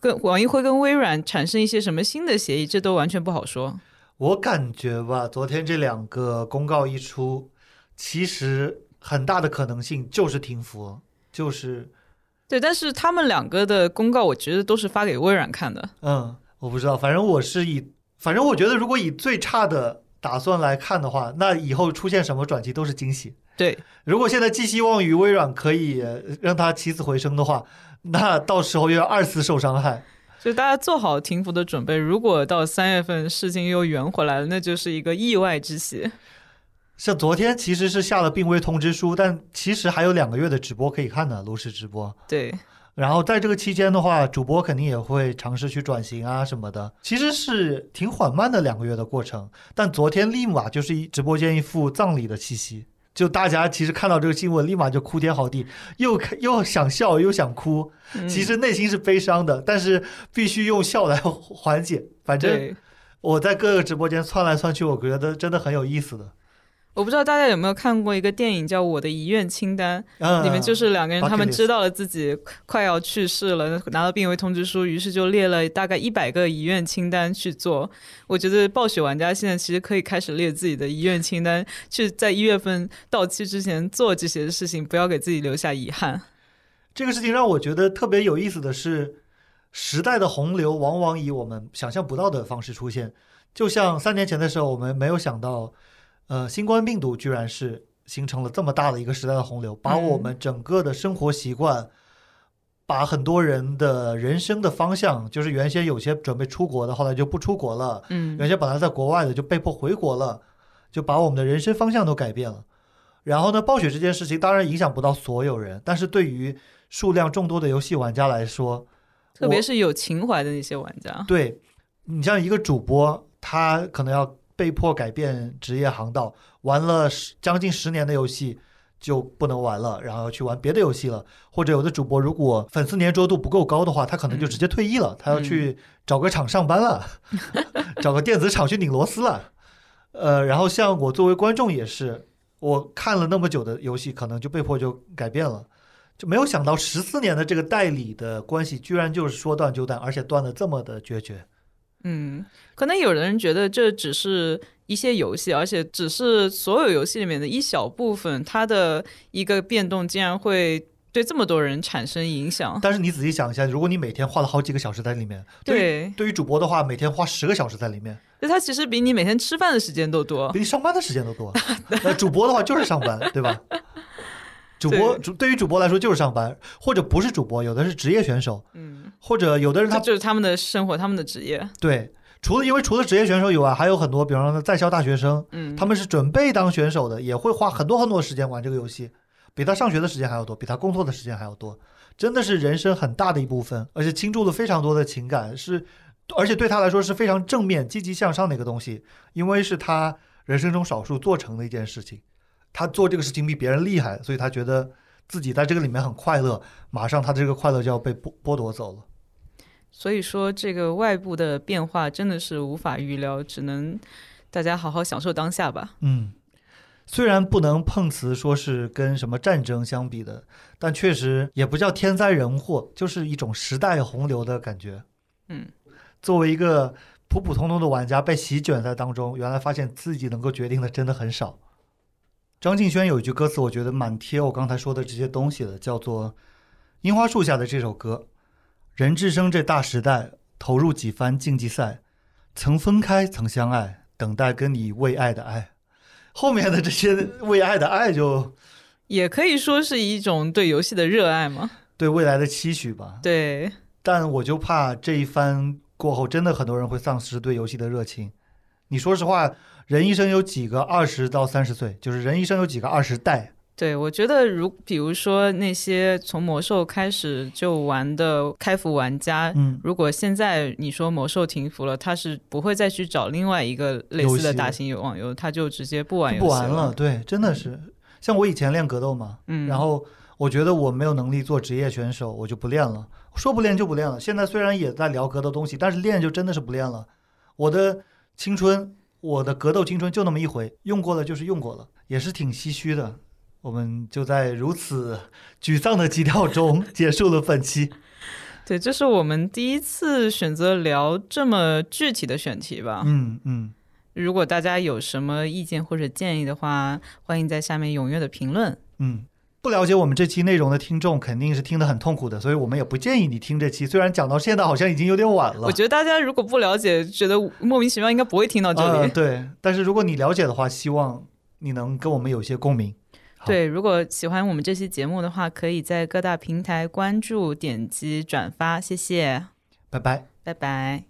A: 跟网易会跟微软产生一些什么新的协议，这都完全不好说。
B: 我感觉吧，昨天这两个公告一出，其实很大的可能性就是停服，就是
A: 对，但是他们两个的公告，我觉得都是发给微软看的。
B: 嗯，我不知道，反正我是以，反正我觉得如果以最差的打算来看的话，那以后出现什么转机都是惊喜。
A: 对，
B: 如果现在寄希望于微软可以呃让它起死回生的话，那到时候又要二次受伤害。
A: 就大家做好停服的准备。如果到三月份事情又圆回来了，那就是一个意外之喜。
B: 像昨天其实是下了病危通知书，但其实还有两个月的直播可以看的，炉石直播。
A: 对，
B: 然后在这个期间的话，主播肯定也会尝试去转型啊什么的，其实是挺缓慢的两个月的过程。但昨天立马就是一直播间一副葬礼的气息，就大家其实看到这个新闻，立马就哭天嚎地，又看又想笑又想哭，
A: 嗯
B: 其实内心是悲伤的，但是必须用笑来缓解。反正
A: 对，
B: 我在各个直播间窜来窜去，我觉得真的很有意思的。
A: 我不知道大家有没有看过一个电影叫《我的遗愿清单》，
B: 嗯，
A: 里面就是两个人，
B: bucket
A: 他们
B: list
A: 知道了自己快要去世了，拿到病危通知书，于是就列了大概一百个遗愿清单去做。我觉得暴雪玩家现在其实可以开始列自己的遗愿清单，去在一月份到期之前做这些事情，不要给自己留下遗憾。
B: 这个事情让我觉得特别有意思的是，时代的洪流往往以我们想象不到的方式出现。就像三年前的时候，我们没有想到，呃，新冠病毒居然是形成了这么大的一个时代的洪流，把我们整个的生活习惯，把很多人的人生的方向，就是原先有些准备出国的，后来就不出国了。
A: 嗯，
B: 原先本来在国外的就被迫回国了，就把我们的人生方向都改变了。然后呢，暴雪这件事情当然影响不到所有人，但是对于数量众多的游戏玩家来说，
A: 特别
B: 我
A: 是有情怀的那些玩家，
B: 对你像一个主播，他可能要被迫改变职业航道，玩了十将近十年的游戏就不能玩了，然后去玩别的游戏了。或者有的主播如果粉丝粘着度不够高的话，他可能就直接退役了，他要去找个厂上班了，找个电子厂去拧螺丝了。呃，然后像我作为观众也是，我看了那么久的游戏，可能就被迫就改变了。就没有想到十四年的这个代理的关系，居然就是说断就断，而且断的这么的决绝。
A: 嗯，可能有的人觉得这只是一些游戏，而且只是所有游戏里面的一小部分，它的一个变动竟然会对这么多人产生影响。
B: 但是你仔细想一下，如果你每天花了好几个小时在里面，于
A: 对，
B: 对于主播的话，每天花十个小时在里面，
A: 就它其实比你每天吃饭的时间都多。
B: 比你上班的时间都
A: *laughs*
B: 多。那主播的话就是上班，对吧？主播主对于主播来说就是上班，或者不是主播，有的是职业选手，
A: 嗯，
B: 或者有的人
A: 这
B: 他
A: 就是他们的生活，他们的职业。
B: 对，除了因为除了职业选手以外，还有很多，比方说在校大学生，
A: 嗯，
B: 他们是准备当选手的，也会花很多很多时间玩这个游戏，比他上学的时间还要多，比他工作的时间还要多，真的是人生很大的一部分，而且倾注了非常多的情感，是，而且对他来说是非常正面、积极向上的一个东西，因为是他人生中少数做成的一件事情，他做这个事情比别人厉害，所以他觉得自己在这个里面很快乐，马上他这个快乐就要被剥剥夺走了。
A: 所以说这个外部的变化真的是无法预料，只能大家好好享受当下吧。
B: 嗯，虽然不能碰瓷说是跟什么战争相比的，但确实也不叫天灾人祸，就是一种时代洪流的感觉。
A: 嗯，
B: 作为一个普普通通的玩家，被席卷在当中，原来发现自己能够决定的真的很少。张敬轩有一句歌词，我觉得蛮贴我刚才说的这些东西的，叫做《樱花树下的这首歌》。人至生这大时代，投入几番竞技赛，曾分开，曾相爱，等待跟你为爱的爱。后面的这些为爱的爱，就
A: 也可以说是一种对游戏的热爱嘛。
B: 对未来的期许吧。
A: 对，
B: 但我就怕这一番过后，真的很多人会丧失对游戏的热情。你说实话，人一生有几个二十到三十岁？就是人一生有几个二十代？
A: 对，我觉得如比如说那些从魔兽开始就玩的开服玩家，
B: 嗯，
A: 如果现在你说魔兽停服了，他是不会再去找另外一个类似
B: 游
A: 的
B: 戏
A: 大型网游，他就直接不玩游
B: 就
A: 戏
B: 不玩了。。对，真的是。像我以前练格斗嘛，
A: 嗯，
B: 然后我觉得我没有能力做职业选手，我就不练了，说不练就不练了。现在虽然也在聊格斗东西，但是练就真的是不练了。我的青春，我的格斗青春就那么一回，用过了就是用过了，也是挺唏嘘的。我们就在如此沮丧的基调中结束了本期。
A: 对，这是我们第一次选择聊这么具体的选题吧。
B: 嗯嗯，
A: 如果大家有什么意见或者建议的话，欢迎在下面踊跃的评论。
B: 嗯，不了解我们这期内容的听众肯定是听得很痛苦的，所以我们也不建议你听这期。虽然讲到现在好像已经有点晚了
A: 我，觉得大家如果不了解，觉得莫名其妙，应该不会听到这里。 *laughs*
B: 呃对，但是如果你了解的话，希望你能跟我们有一些共鸣。好
A: 对，如果喜欢我们这期节目的话，可以在各大平台关注、点击转发，谢谢，
B: 拜拜。
A: 拜拜。